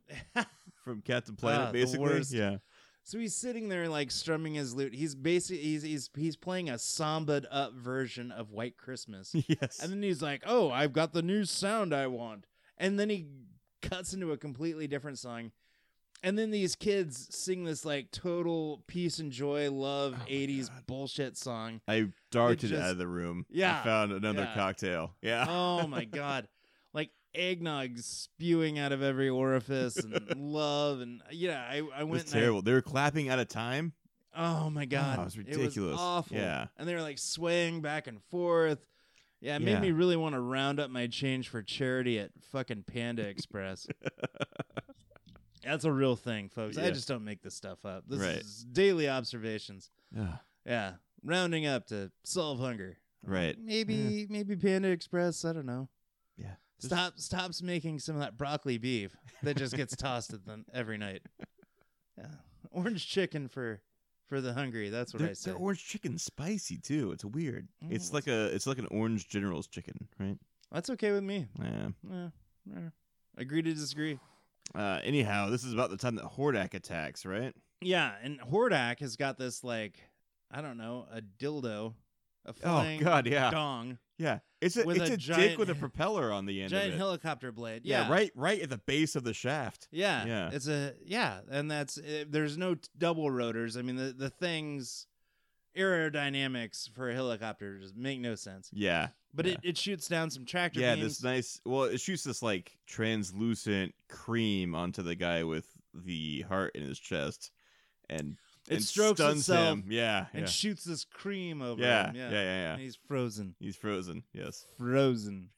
B: from Captain Planet,
A: Ah, the
B: basically.
A: worst.
B: Yeah.
A: so he's sitting there like strumming his lute. He's basically he's he's he's playing a samba'd up version of White Christmas.
B: Yes.
A: And then he's like, "Oh, I've got the new sound I want." And then he cuts into a completely different song. And then these kids sing this like total peace and joy, love
B: Oh my
A: 80s
B: God.
A: bullshit song.
B: I darted
A: just-
B: out of the room.
A: Yeah,
B: I found another
A: yeah.
B: cocktail. Yeah.
A: Oh my god. Like eggnog spewing out of every orifice and love and yeah, I I
B: it
A: went
B: was
A: and I-
B: terrible. They were clapping out of time.
A: oh my god.
B: it was ridiculous.
A: awful.
B: Yeah.
A: And they were like swaying back and forth. Yeah, it made
B: Yeah.
A: me really want to round up my change for charity at fucking Panda Express. That's a real thing, folks. I
B: Yeah.
A: just don't make this stuff up. This
B: Right.
A: is daily observations.
B: Ugh.
A: Yeah. Rounding up to solve hunger.
B: Right.
A: Maybe maybe Panda Express. I don't know.
B: Yeah. Just-
A: Stop stops making some of that broccoli beef that just gets tossed at them every night. Yeah. Orange chicken for for the hungry. That's what
B: Their,
A: I say.
B: their orange chicken's spicy too. It's weird.
A: Mm,
B: It's like a it's like an orange general's chicken, right?
A: That's okay with me.
B: Yeah.
A: Yeah. yeah. Agree to disagree.
B: Uh, anyhow, this is about the time that Hordak attacks, right?
A: Yeah, and Hordak has got this like I don't know a dildo, a
B: Oh
A: flying
B: God, yeah,
A: dong,
B: yeah. It's a
A: With
B: it's
A: a
B: a, dick
A: giant-
B: with a propeller on the end.
A: giant
B: of it.
A: helicopter blade.
B: yeah. right, right at the base of the shaft.
A: Yeah,
B: Yeah.
A: It's a yeah, and that's it, there's no t- double rotors. I mean, the the things aerodynamics for a helicopter just make no sense.
B: Yeah,
A: But
B: Yeah.
A: it, it shoots down some tractor
B: yeah.
A: beams.
B: This nice. Well, it shoots this like translucent cream onto the guy with the heart in his chest, and
A: it
B: and
A: strokes
B: stuns
A: itself
B: him. Yeah,
A: and
B: yeah.
A: shoots this cream over
B: yeah,
A: him.
B: yeah,
A: Yeah.
B: yeah, yeah.
A: and he's frozen,
B: He's frozen. Yes.
A: frozen,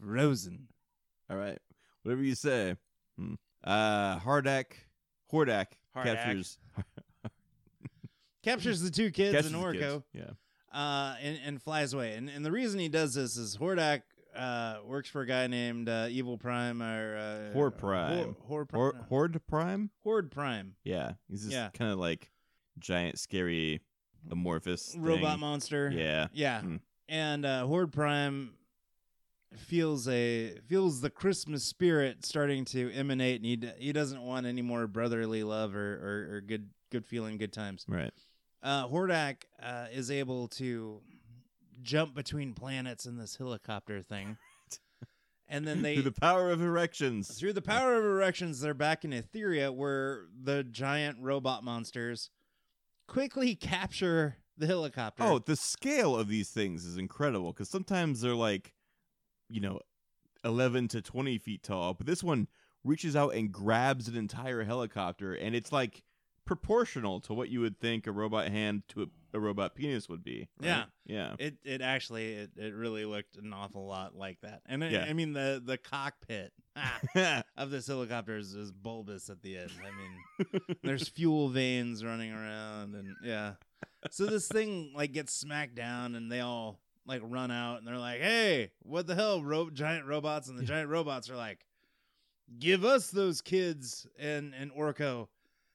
A: frozen.
B: All right. Whatever you say. Hmm. Uh, Hardak, Hordak
A: Hardak.
B: captures
A: Captures the two kids
B: catches
A: in
B: the
A: Orco.
B: kids. Yeah.
A: uh, and, and flies away. And, and the reason he does this is Hordak uh, works for a guy named uh, Evil Prime or uh,
B: Hor Prime.
A: Hor, Hor, Pri-
B: Hor- Horde Prime.
A: Horde Prime,
B: Yeah, he's just
A: Yeah.
B: kind of like giant, scary, amorphous thing.
A: robot monster.
B: Yeah,
A: yeah.
B: Hmm.
A: And uh, Horde Prime feels a feels the Christmas spirit starting to emanate, and he d- he doesn't want any more brotherly love or or, or good good feeling, good times.
B: right.
A: uh, Hordak uh, is able to jump between planets in this helicopter thing, and then they
B: Through the power of erections.
A: through the power of erections, they're back in Etheria, where the giant robot monsters quickly capture the helicopter.
B: Oh, the scale of these things is incredible because sometimes they're like, you know, eleven to twenty feet tall, but this one reaches out and grabs an entire helicopter, and it's like proportional to what you would think a robot hand to a, a robot penis would be. right?
A: Yeah.
B: yeah,
A: it it actually it, it really looked an awful lot like that, and I-
B: Yeah.
A: I mean the the cockpit. ah,
B: yeah.
A: Of this helicopter is, is bulbous at the end. I mean, there's fuel veins running around, and yeah. So this thing like gets smacked down, and they all like run out, and they're like, "Hey, what the hell, ro- giant robots?" And the
B: Yeah.
A: giant robots are like, "Give us those kids and and Orko,"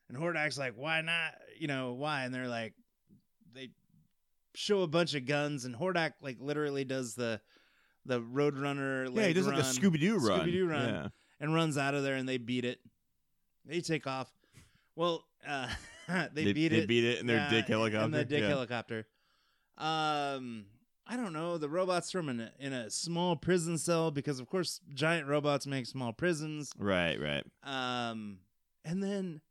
A: and Hordak's like, "Why not? You know why?" And they're like, they show a bunch of guns, and Hordak like literally does the the Roadrunner.
B: he
A: leg
B: does like a
A: run
B: Scooby Doo run.
A: Scooby-Doo run.
B: Yeah.
A: and runs out of there and they beat it. They take off. Well, uh, they, beat
B: they
A: it.
B: beat it in their
A: uh,
B: dick helicopter.
A: In the dick
B: yeah.
A: helicopter. Um, I don't know. The robots from in a, in a small prison cell because, of course, giant robots make small prisons.
B: Right, right.
A: Um, and then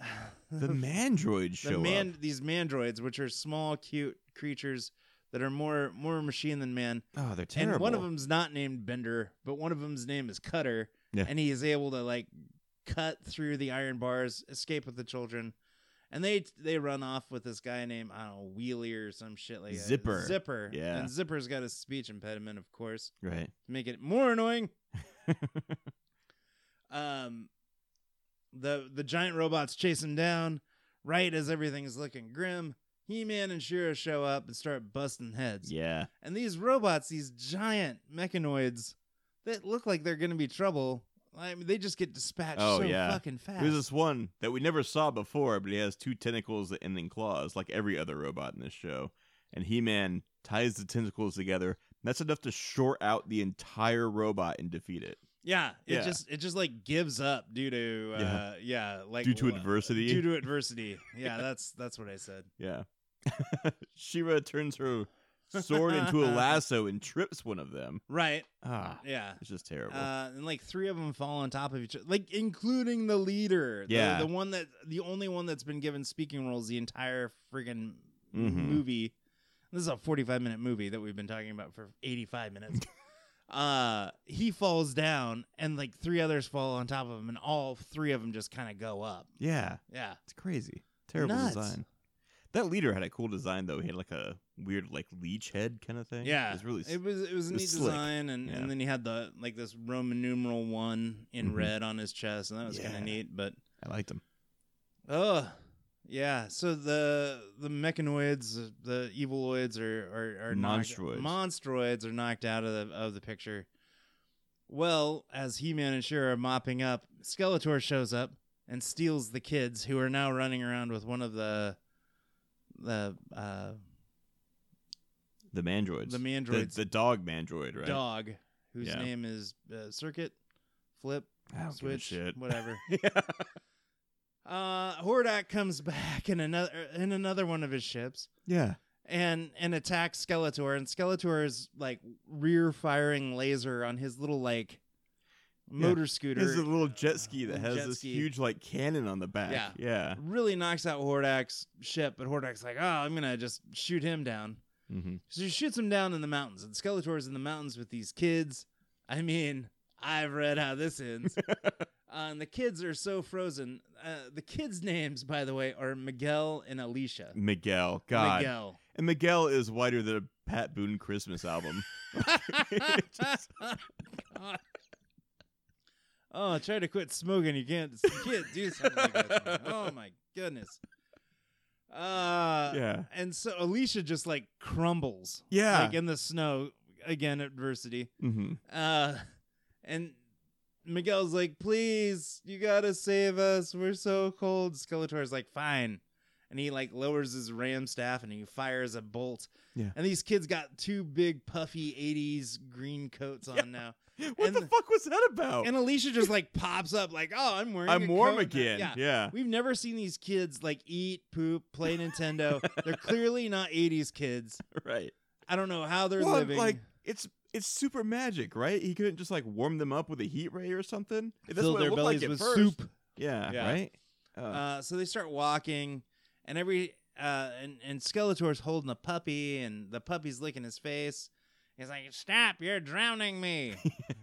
B: The mandroids
A: the
B: show
A: man
B: up.
A: these mandroids, which are small, cute creatures that are more more machine than man.
B: Oh, they're terrible.
A: And one of them's not named Bender, but one of them's name is Cutter.
B: Yeah.
A: And he is able to like cut through the iron bars, escape with the children. And they they run off with this guy named I don't know Wheelie or some shit like that.
B: Zipper.
A: Zipper.
B: Yeah.
A: And Zipper's got a speech impediment, of course,
B: Right.
A: to make it more annoying. um, the the giant robots chase him down. Right as everything's looking grim, He Man and Shiro show up and start busting heads.
B: Yeah.
A: And these robots, these giant mechanoids that look like they're going to be trouble, I mean, they just get dispatched
B: Oh,
A: so
B: yeah.
A: fucking fast.
B: There's this one that we never saw before, but he has two tentacles that end in claws, like every other robot in this show. And He Man ties the tentacles together. and That's enough to short out the entire robot and defeat it.
A: yeah, it
B: Yeah.
A: just it just like gives up due to uh, yeah.
B: Yeah.
A: like
B: Due to
A: wha-
B: adversity.
A: Due to adversity. Yeah, that's that's what I said.
B: yeah. Shira turns her sword into a lasso and trips one of them.
A: Right.
B: Ah,
A: Yeah.
B: it's just terrible.
A: Uh, and like three of them fall on top of each other, like including the leader. the-
B: Yeah.
A: The, one that the only one that's been given speaking roles the entire friggin'
B: Mhm.
A: movie. This is a 45 minute movie that we've been talking about for 85 minutes. uh, he falls down, and like three others fall on top of him, and all three of them just kind of go up.
B: yeah,
A: Yeah.
B: it's crazy. Terrible
A: Nuts.
B: design. That leader had a cool design though. He had like a weird like leech head kind of thing.
A: Yeah.
B: it was really s-
A: It was it was a
B: It was
A: neat
B: slick.
A: design, and,
B: Yeah.
A: and then he had the like this Roman numeral one in
B: Mhm.
A: red on his chest, and that was kind
B: Yeah.
A: of neat. But
B: I liked him.
A: Oh, Yeah, so the the mechanoids, the eviloids are are, are knocked-
B: Monstroids.
A: monstroids are knocked out of the of the picture. Well, as He Man and Shira are mopping up, Skeletor shows up and steals the kids who are now running around with one of the the uh,
B: The mandroids.
A: the
B: the,
A: mandroids
B: the dog mandroid, right?
A: dog, whose
B: Yeah.
A: name is uh, Circuit, Flip,
B: I don't give a
A: Switch,
B: shit.
A: whatever. Uh, Hordak comes back in another in another one of his ships
B: yeah.
A: and and attacks Skeletor, and Skeletor is like rear firing laser on his little like motor scooter.
B: This is a little jet ski
A: Uh,
B: that has
A: jet
B: this
A: ski.
B: huge like cannon on the back.
A: Yeah.
B: Yeah.
A: Really knocks out Hordak's ship, but Hordak's like, oh, I'm gonna just shoot him down.
B: Mm-hmm.
A: So he shoots him down in the mountains, and Skeletor's in the mountains with these kids. I mean, I've read how this ends. uh, and the kids are so frozen. Uh, the kids' names, by the way, are Miguel and Alicia.
B: Miguel. God.
A: Miguel.
B: And Miguel is whiter than a Pat Boone Christmas album. Just-
A: God. Oh, try to quit smoking. You can't. You can't do something like that. to me. Oh my goodness. Uh,
B: yeah.
A: And so Alicia just like crumbles,
B: Yeah.
A: like in the snow again. Adversity.
B: mm-hmm.
A: Uh, and Miguel's like, "Please, you gotta save us. We're so cold." Skeletor's like, "Fine," and he like lowers his ram staff and he fires a bolt.
B: Yeah.
A: And these kids got two big puffy '80s green coats on
B: Yeah.
A: now,
B: What
A: And
B: the
A: the-
B: fuck was that about?
A: and Alicia just like pops up like, "Oh, I'm wearing. a
B: I'm warm
A: coat now."
B: again.
A: Yeah.
B: yeah.
A: We've never seen these kids like eat, poop, play Nintendo. They're clearly not '80s kids.
B: Right.
A: I don't know how they're
B: Well,
A: living.
B: like it's it's super magic, right? He couldn't just like warm them up with a heat ray or something. That's
A: fill
B: what it
A: their
B: looked
A: bellies
B: like at
A: with
B: first.
A: soup.
B: Yeah,
A: Yeah.
B: right. Uh,
A: Uh, so they start walking, and every uh, and and Skeletor's holding a puppy, and the puppy's licking his face. He's like, "Stop! You're drowning me!"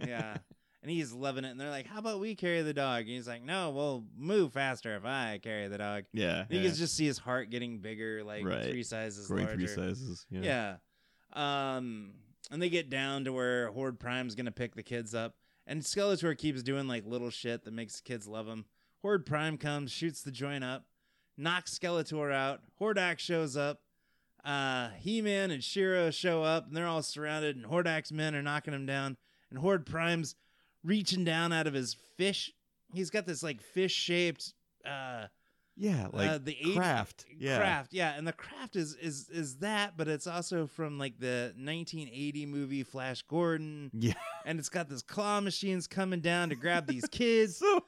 A: yeah, and he's loving it. And they're like, "How about we carry the dog?" And he's like, "No, we'll move faster if I carry the dog."
B: yeah,
A: And You
B: yeah.
A: can just see his heart getting bigger, like
B: Right.
A: three sizes
B: growing
A: larger.
B: three sizes. Yeah.
A: Yeah. Um, and they get down to where Horde Prime's gonna pick the kids up, and Skeletor keeps doing like little shit that makes kids love him. Horde Prime comes, shoots the joint up, knocks Skeletor out. Hordak shows up. Uh, He-Man and Shiro show up, and they're all surrounded, and Hordak's men are knocking him down, and Horde Prime's reaching down out of his fish. He's got this like fish-shaped uh
B: Yeah, like
A: uh, the eight-
B: craft. Yeah,
A: craft yeah and the craft is is is that but it's also from like the 1980 movie flash gordon
B: yeah.
A: and it's got this claw machines coming down to grab these kids
B: So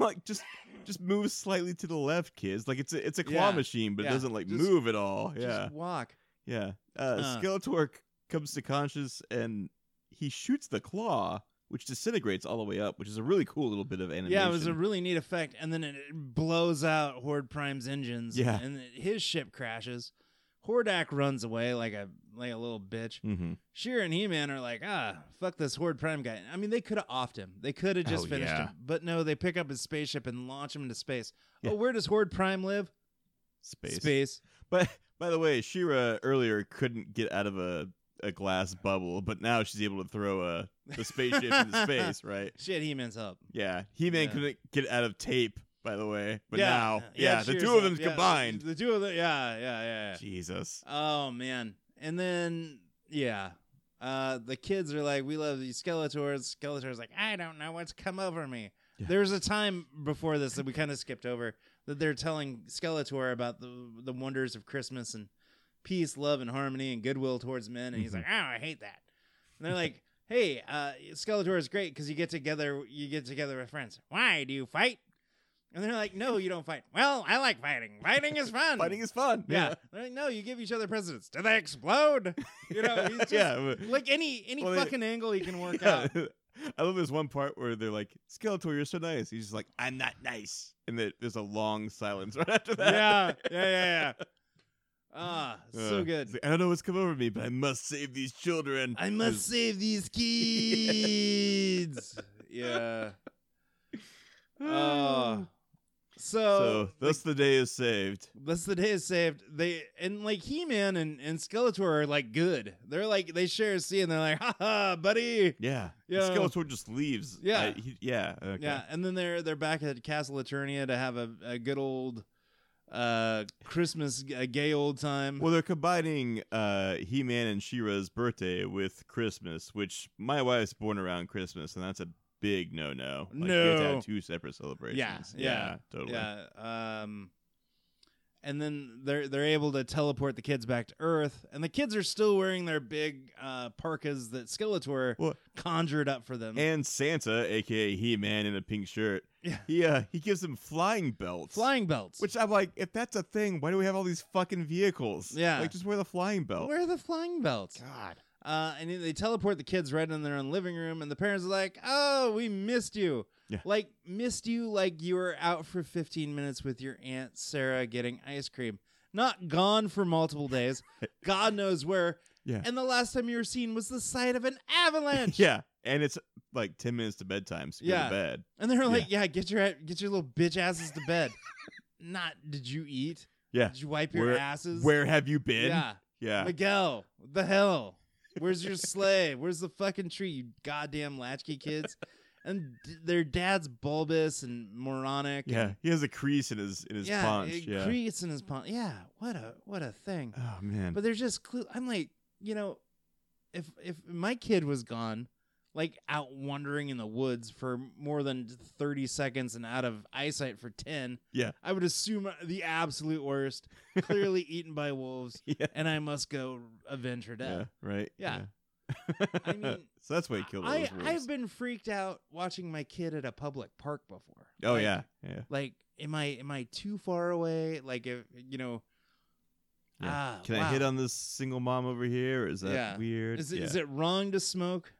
B: like just just move slightly to the left, kids. Like it's a it's a claw
A: Yeah.
B: machine, but
A: Yeah.
B: it doesn't like
A: Just-
B: move at all. Yeah,
A: just walk
B: yeah. Uh,
A: Uh.
B: Skeletor c- comes to conscious and he shoots the claw, which disintegrates all the way up, which is a really cool little bit of animation.
A: yeah it was a really neat effect and then it it blows out horde prime's engines
B: Yeah.
A: and it- his ship crashes hordak runs away like a like a little bitch
B: mm-hmm.
A: Sheer and He-Man are like, ah, fuck this Horde Prime guy. I mean, they could have offed him. They could have just
B: Oh,
A: finished
B: yeah.
A: him. But no, they pick up his spaceship and launch him into space.
B: Yeah.
A: Oh, where does Horde Prime live?
B: space.
A: Space.
B: But by the way, Shira earlier couldn't get out of a, a glass bubble, but now she's able to throw a the spaceship into space, right?
A: She had He-Man's help.
B: Yeah, He Man
A: Yeah.
B: couldn't get out of tape, by the way, but now, yeah, the
A: Sheer's
B: two of
A: help.
B: them
A: Yeah,
B: combined.
A: The two of them, yeah, yeah, yeah. yeah.
B: Jesus.
A: Oh, man. And then, yeah. Uh, the kids are like, we love these Skeletors. Skeletor's like, I don't know what's come over me.
B: Yeah.
A: There was a time before this that we kind of skipped over that they're telling Skeletor about the the wonders of Christmas and peace, love, and harmony and goodwill towards men. And he's
B: Mhm.
A: like, oh, I hate that. And they're like, hey, uh, Skeletor is great because you get together, you get together with friends. Why do you fight? And they're like, no, you don't fight. Well, I like fighting. Fighting is fun.
B: Fighting is fun.
A: yeah. They're like, no, you give each other presents. Do they explode? You know, he's just
B: yeah. but-
A: like any any
B: Well, they-
A: fucking angle he can work
B: yeah.
A: out.
B: I love this one part where they're like, Skeletor, you're so nice. He's just like, I'm not nice. And then there's a long silence right after that.
A: yeah, yeah, yeah, yeah. Ah,
B: Uh,
A: so
B: he's
A: good.
B: like, I don't know what's come over me, but I must save these children.
A: I must save these kids. yeah. Oh. So, uh,
B: so thus the day is saved.
A: thus the day is saved. They and like He Man and, and Skeletor are like good. They're like they share a scene. They're like, ha ha, buddy.
B: Yeah,
A: Yeah.
B: The Skeletor just leaves.
A: Yeah.
B: I- he- yeah, okay.
A: Yeah, and then they're they're back at Castle Eternia to have a, a good old uh, Christmas, a gay old time.
B: Well, they're combining uh, He-Man and She-Ra's birthday with Christmas, which my wife's born around Christmas, and that's a big no-no. Like, you have to
A: No.
B: have two separate celebrations.
A: yeah,
B: totally.
A: Yeah. Um, and then they're they're able to teleport the kids back to Earth, and the kids are still wearing their big uh, parkas that Skeletor
B: Well-
A: conjured up for them.
B: And Santa, aka He-Man, in a pink shirt,
A: Yeah.
B: he uh, he gives them flying belts.
A: Flying belts.
B: Which I'm like, if that's a thing, why do we have all these fucking vehicles?
A: Yeah.
B: like just wear the flying belt.
A: where are the flying belts?
B: Oh. God.
A: Uh, and they teleport the kids right in their own living room, and the parents are like, "Oh, we missed you.
B: Yeah.
A: Like missed you. Like you were out for 15 minutes with your aunt Sarah getting ice cream, not gone for multiple days. God knows where.
B: Yeah.
A: And the last time you were seen was the site of an avalanche.
B: yeah, and it's like ten minutes to bedtime, so
A: Yeah.
B: go to bed.
A: And they're like, yeah. get your get your little bitch asses to bed. not did you eat?
B: Yeah.
A: Did you wipe your
B: Where-
A: asses?
B: Where have you been?
A: Yeah.
B: Yeah.
A: Miguel, what the hell? Where's your sleigh? Where's the fucking tree, you goddamn latchkey kids? And d- their dad's bulbous and moronic.
B: Yeah, he has a crease in his in his
A: yeah,
B: paunch.
A: it
B: yeah.
A: creates in his paunch. Yeah, what a what a thing.
B: oh man.
A: But they're just clue. I'm like, you know, if if my kid was gone, like out wandering in the woods for more than thirty seconds and out of eyesight for ten,
B: Yeah.
A: I would assume the absolute worst. Clearly eaten by wolves,
B: Yeah.
A: and I must go avenge her death.
B: yeah. Right.
A: Yeah. I mean,
B: so that's why he killed all
A: I,
B: those
A: I've
B: wolves.
A: been freaked out watching my kid at a public park before.
B: oh
A: Like-
B: yeah. Yeah.
A: Like, am I am I too far away? Like, if you know,
B: Yeah.
A: ah,
B: Can
A: wow.
B: I hit on this single mom over here? Or is that
A: Yeah.
B: weird?
A: Is it,
B: Yeah.
A: is it wrong to smoke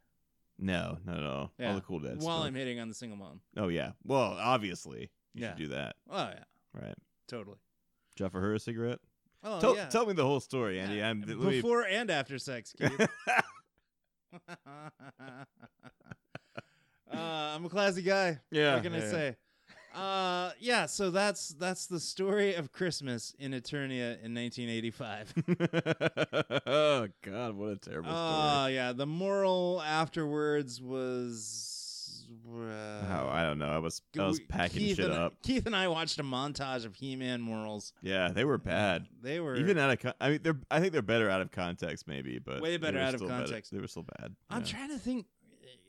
B: No, not at all.
A: Yeah.
B: All the cool dads.
A: while
B: stuff.
A: I'm hitting on the single mom?
B: Oh yeah. Well, obviously you
A: Yeah.
B: should do that.
A: Oh yeah,
B: Right.
A: totally.
B: Jeff for her a cigarette.
A: Oh
B: tell,
A: yeah.
B: tell me the whole story,
A: Yeah.
B: Andy. I'm let me-
A: Before and after sex, Keith. uh, I'm a classy guy.
B: yeah.
A: what can I
B: yeah, yeah.
A: say? Uh, yeah. So that's that's the story of Christmas in Eternia in 1985.
B: oh God, what a terrible
A: Oh yeah. The moral afterwards was. Uh,
B: story. oh, I don't know. I was I was
A: we-
B: packing
A: Keith
B: shit
A: and,
B: up.
A: Keith and I watched a montage of He-Man morals.
B: Yeah, they were bad.
A: They were
B: Even out of, con- I mean, they're. I think they're better out of context, maybe, but
A: Way
B: they
A: better
B: were
A: out of
B: still bad.
A: context.
B: They were still bad.
A: I'm
B: yeah.
A: trying to think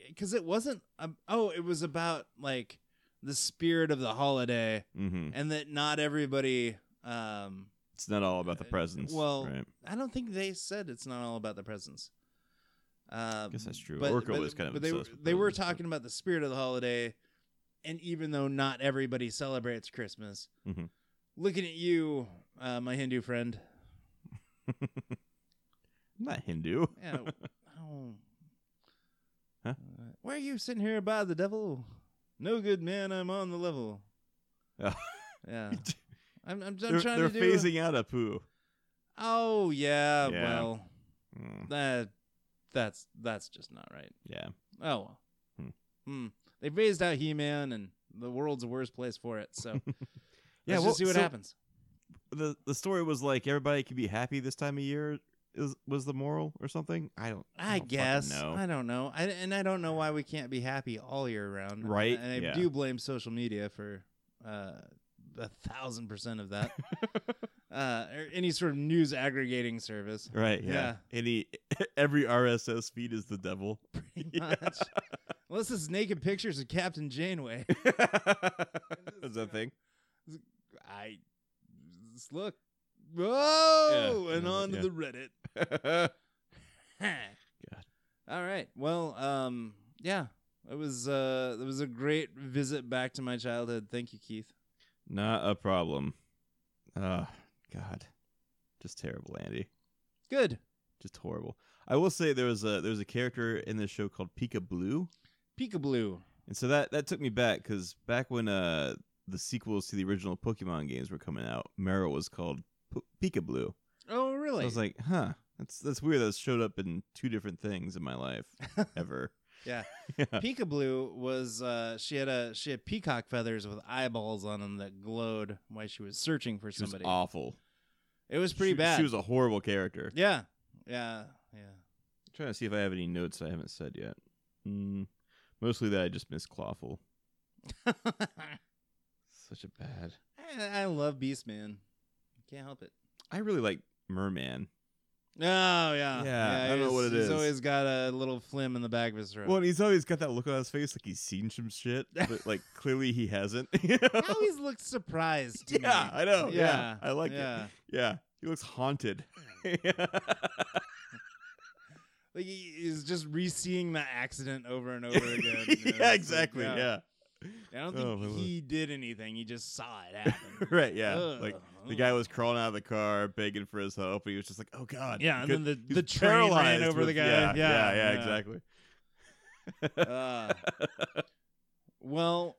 A: because it wasn't. Um, oh, it was about like the spirit of the holiday
B: Mm-hmm.
A: and that not everybody. Um,
B: It's not all about the
A: Uh,
B: presents.
A: well,
B: right?
A: I don't think they said it's not all about the presents. Uh,
B: guess that's true.
A: But,
B: Orko
A: but-
B: was kind of
A: but they were,
B: obsessed with
A: they were
B: presents, but-
A: talking about the spirit of the holiday, and even though not everybody celebrates Christmas,
B: Mhm.
A: looking at you, uh, my Hindu friend.
B: I'm not Hindu.
A: Yeah, oh.
B: Huh?
A: Why are you sitting here by the devil? No good man, I'm on the level.
B: Oh.
A: Yeah, I'm, uh, I'm, I'm
B: they're
A: trying
B: they're
A: to do.
B: phasing out Apu.
A: Oh yeah,
B: Yeah.
A: well
B: Mm,
A: that that's that's just not right.
B: yeah.
A: Oh well.
B: Hmm.
A: Hmm. They raised out He Man and the world's a worse place for it. So
B: Yeah,
A: let's
B: well,
A: just see what
B: so-
A: happens.
B: The the story was like everybody can be happy this time of year. Is, was the moral or something? I don't.
A: I,
B: don't fucking
A: guess.
B: know.
A: I don't know. I, and I don't know why we can't be happy all year round.
B: Right,
A: And I
B: yeah.
A: do blame social media for uh, a thousand percent of that. uh, or any sort of news aggregating service.
B: Right. Yeah. Any every RSS feed is the devil.
A: Pretty
B: Yeah.
A: much. Unless it's naked pictures of Captain Janeway.
B: is that a thing?
A: I just look. Whoa!
B: Yeah,
A: and
B: yeah,
A: on to
B: yeah.
A: the Reddit. God. All right. Well, um, yeah. It was uh it was a great visit back to my childhood. Thank you, Keith.
B: Not a problem. Oh, God. Just terrible, Andy.
A: Good.
B: Just horrible. I will say there was a there was a character in this show called Pika Blue,
A: Peekaboo.
B: and so that that took me back because back when uh the sequels to the original Pokemon games were coming out, Meryl was called P- Pika Blue.
A: Oh, really?
B: I was like, huh, that's that's weird. That's showed up in two different things in my life ever.
A: Yeah.
B: yeah.
A: Peekaboo was uh she had a she had peacock feathers with eyeballs on them that glowed while she was searching for
B: She was
A: somebody.
B: awful.
A: It was pretty
B: she,
A: bad.
B: She was a horrible character.
A: yeah. Yeah. Yeah.
B: I'm trying to see if I have any notes I haven't said yet. Mm, mostly that I just miss Clawful. Such a bad.
A: I, I love Beastman. Can't help it.
B: I really like Merman.
A: Oh yeah,
B: Yeah, I don't know
A: he's-
B: what it
A: he's
B: is.
A: always got a little flim in the back of his throat.
B: Well, and he's always got that look on his face, like he's seen some shit, but like clearly he hasn't. you know?
A: I always look surprised. to me.
B: yeah, I know. Yeah,
A: Yeah,
B: I like
A: yeah.
B: it. Yeah, he looks haunted.
A: Like he is just re-seeing the accident over and over again. you know, it's
B: yeah,
A: like,
B: exactly. Yeah.
A: I don't
B: Oh, my
A: think
B: lord.
A: he did anything. He just saw it happen.
B: Right. Yeah.
A: Ugh,
B: Like the
A: ugh.
B: guy was crawling out of the car begging for his help, and he was just like, "Oh God."
A: Yeah, and
B: Good-
A: then the-
B: he's
A: the train ran
B: paralyzed
A: over the
B: with-
A: guy.
B: Yeah. Yeah.
A: Yeah, yeah.
B: Exactly.
A: Uh, well,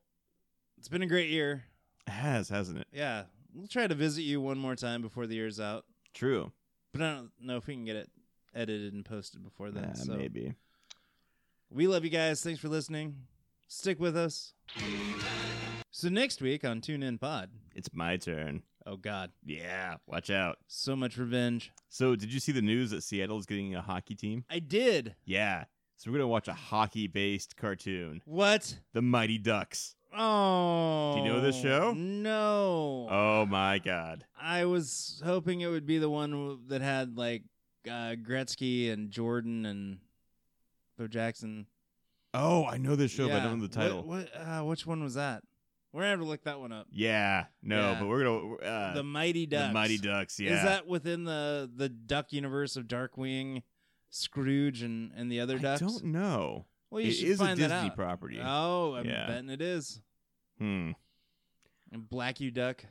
A: it's been a great year.
B: It has hasn't it?
A: Yeah, we'll try to visit you one more time before the year's out.
B: True.
A: But I don't know if we can get it edited and posted before then.
B: Yeah,
A: so
B: maybe.
A: we love you guys. Thanks for listening. Stick with us. So next week on Tune In Pod.
B: It's my turn.
A: Oh God,
B: Yeah. Watch out.
A: so much revenge.
B: So, did you see the news that Seattle's getting a hockey team?
A: I did.
B: Yeah. So we're gonna watch a hockey-based cartoon,
A: What?
B: The Mighty Ducks.
A: Oh.
B: know this show?
A: No.
B: Oh my God.
A: I was hoping it would be the one w- that had like uh, Gretzky and Jordan and Bo Jackson.
B: Oh, I know this show, but I
A: Yeah.
B: don't know the
A: What-
B: title.
A: What, uh, which one was that? We're gonna have to look that one up.
B: Yeah. No,
A: Yeah.
B: but we're gonna uh,
A: the Mighty Ducks.
B: The Mighty Ducks. Yeah.
A: Is that within the the Duck universe of Darkwing, Scrooge, and and the other
B: I
A: ducks?
B: don't know.
A: well, you
B: It
A: should
B: is a
A: find
B: Disney
A: that out.
B: property.
A: Oh, I'm
B: Yeah.
A: betting it is.
B: hmm.
A: And Black you duck,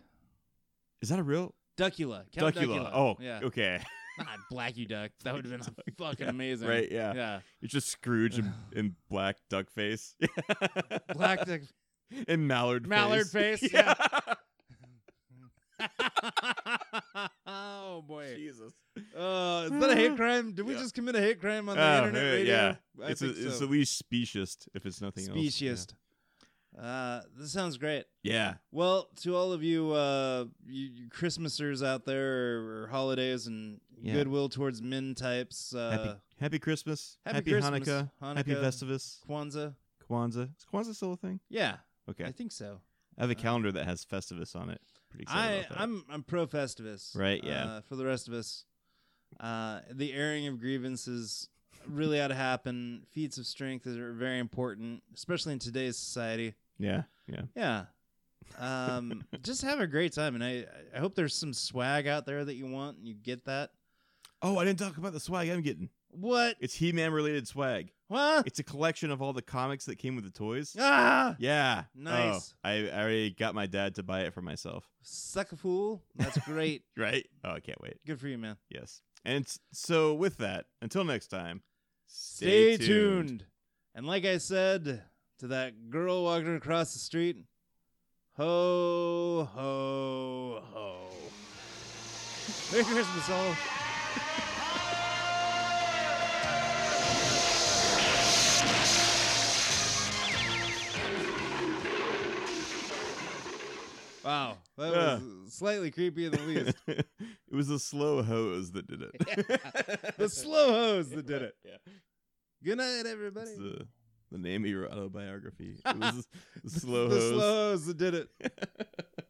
B: Is that a real
A: Duckula, Count
B: Duckula? Oh,
A: yeah,
B: okay.
A: not Black you duck. That would have been fucking
B: Yeah,
A: amazing,
B: Right. Yeah.
A: Yeah,
B: It's just Scrooge and, and black duck face.
A: Black duck.
B: and mallard.
A: Mallard face,
B: Yeah.
A: oh boy.
B: Jesus.
A: Uh, is that a hate crime? Did we
B: Yeah.
A: just commit a hate crime on the
B: Oh,
A: internet
B: yeah,
A: radio?
B: yeah.
A: I
B: it's, a,
A: think
B: it's
A: so.
B: at least specious if it's nothing else.
A: speciest. Uh, this sounds great.
B: Yeah. Yeah.
A: Well, to all of you, uh, you, you Christmasers out there, or, or holidays and
B: Yeah.
A: goodwill towards men types, uh,
B: happy, happy Christmas.
A: Happy Christmas,
B: Hanukkah, Happy
A: Hanukkah.
B: Festivus.
A: Kwanzaa.
B: Kwanzaa. Is Kwanzaa still a thing?
A: Yeah,
B: Okay.
A: I think so.
B: I have a
A: Uh,
B: calendar that has Festivus on it. Pretty excited
A: I,
B: about that.
A: I'm I'm pro Festivus.
B: Right, yeah.
A: Uh, for the rest of us, uh, the airing of grievances really ought to happen. Feats of strength is- are very important, especially in today's society.
B: yeah, yeah.
A: Yeah. Um, just have a great time, and I I hope there's some swag out there that you want, and you get that.
B: Oh, I didn't talk about the swag I'm getting.
A: What?
B: It's He-Man related swag.
A: What?
B: It's a collection of all the comics that came with the toys.
A: Ah!
B: Yeah.
A: Nice.
B: Oh, I, I already got my dad to buy it for myself.
A: Suck a fool. That's great.
B: Right? Oh, I can't wait.
A: Good for you, man.
B: Yes. And s- so with that, until next time,
A: Stay tuned. And like I said to that girl walking across the street, ho, ho, ho. Merry Christmas, all. Wow, that
B: Yeah.
A: was slightly creepy in the least.
B: it was the slow hose that did it.
A: the slow hose that did it.
B: Yeah.
A: Good night, everybody.
B: It's the, the name of your autobiography. It was the slow
A: the
B: hose.
A: slow hose that did it.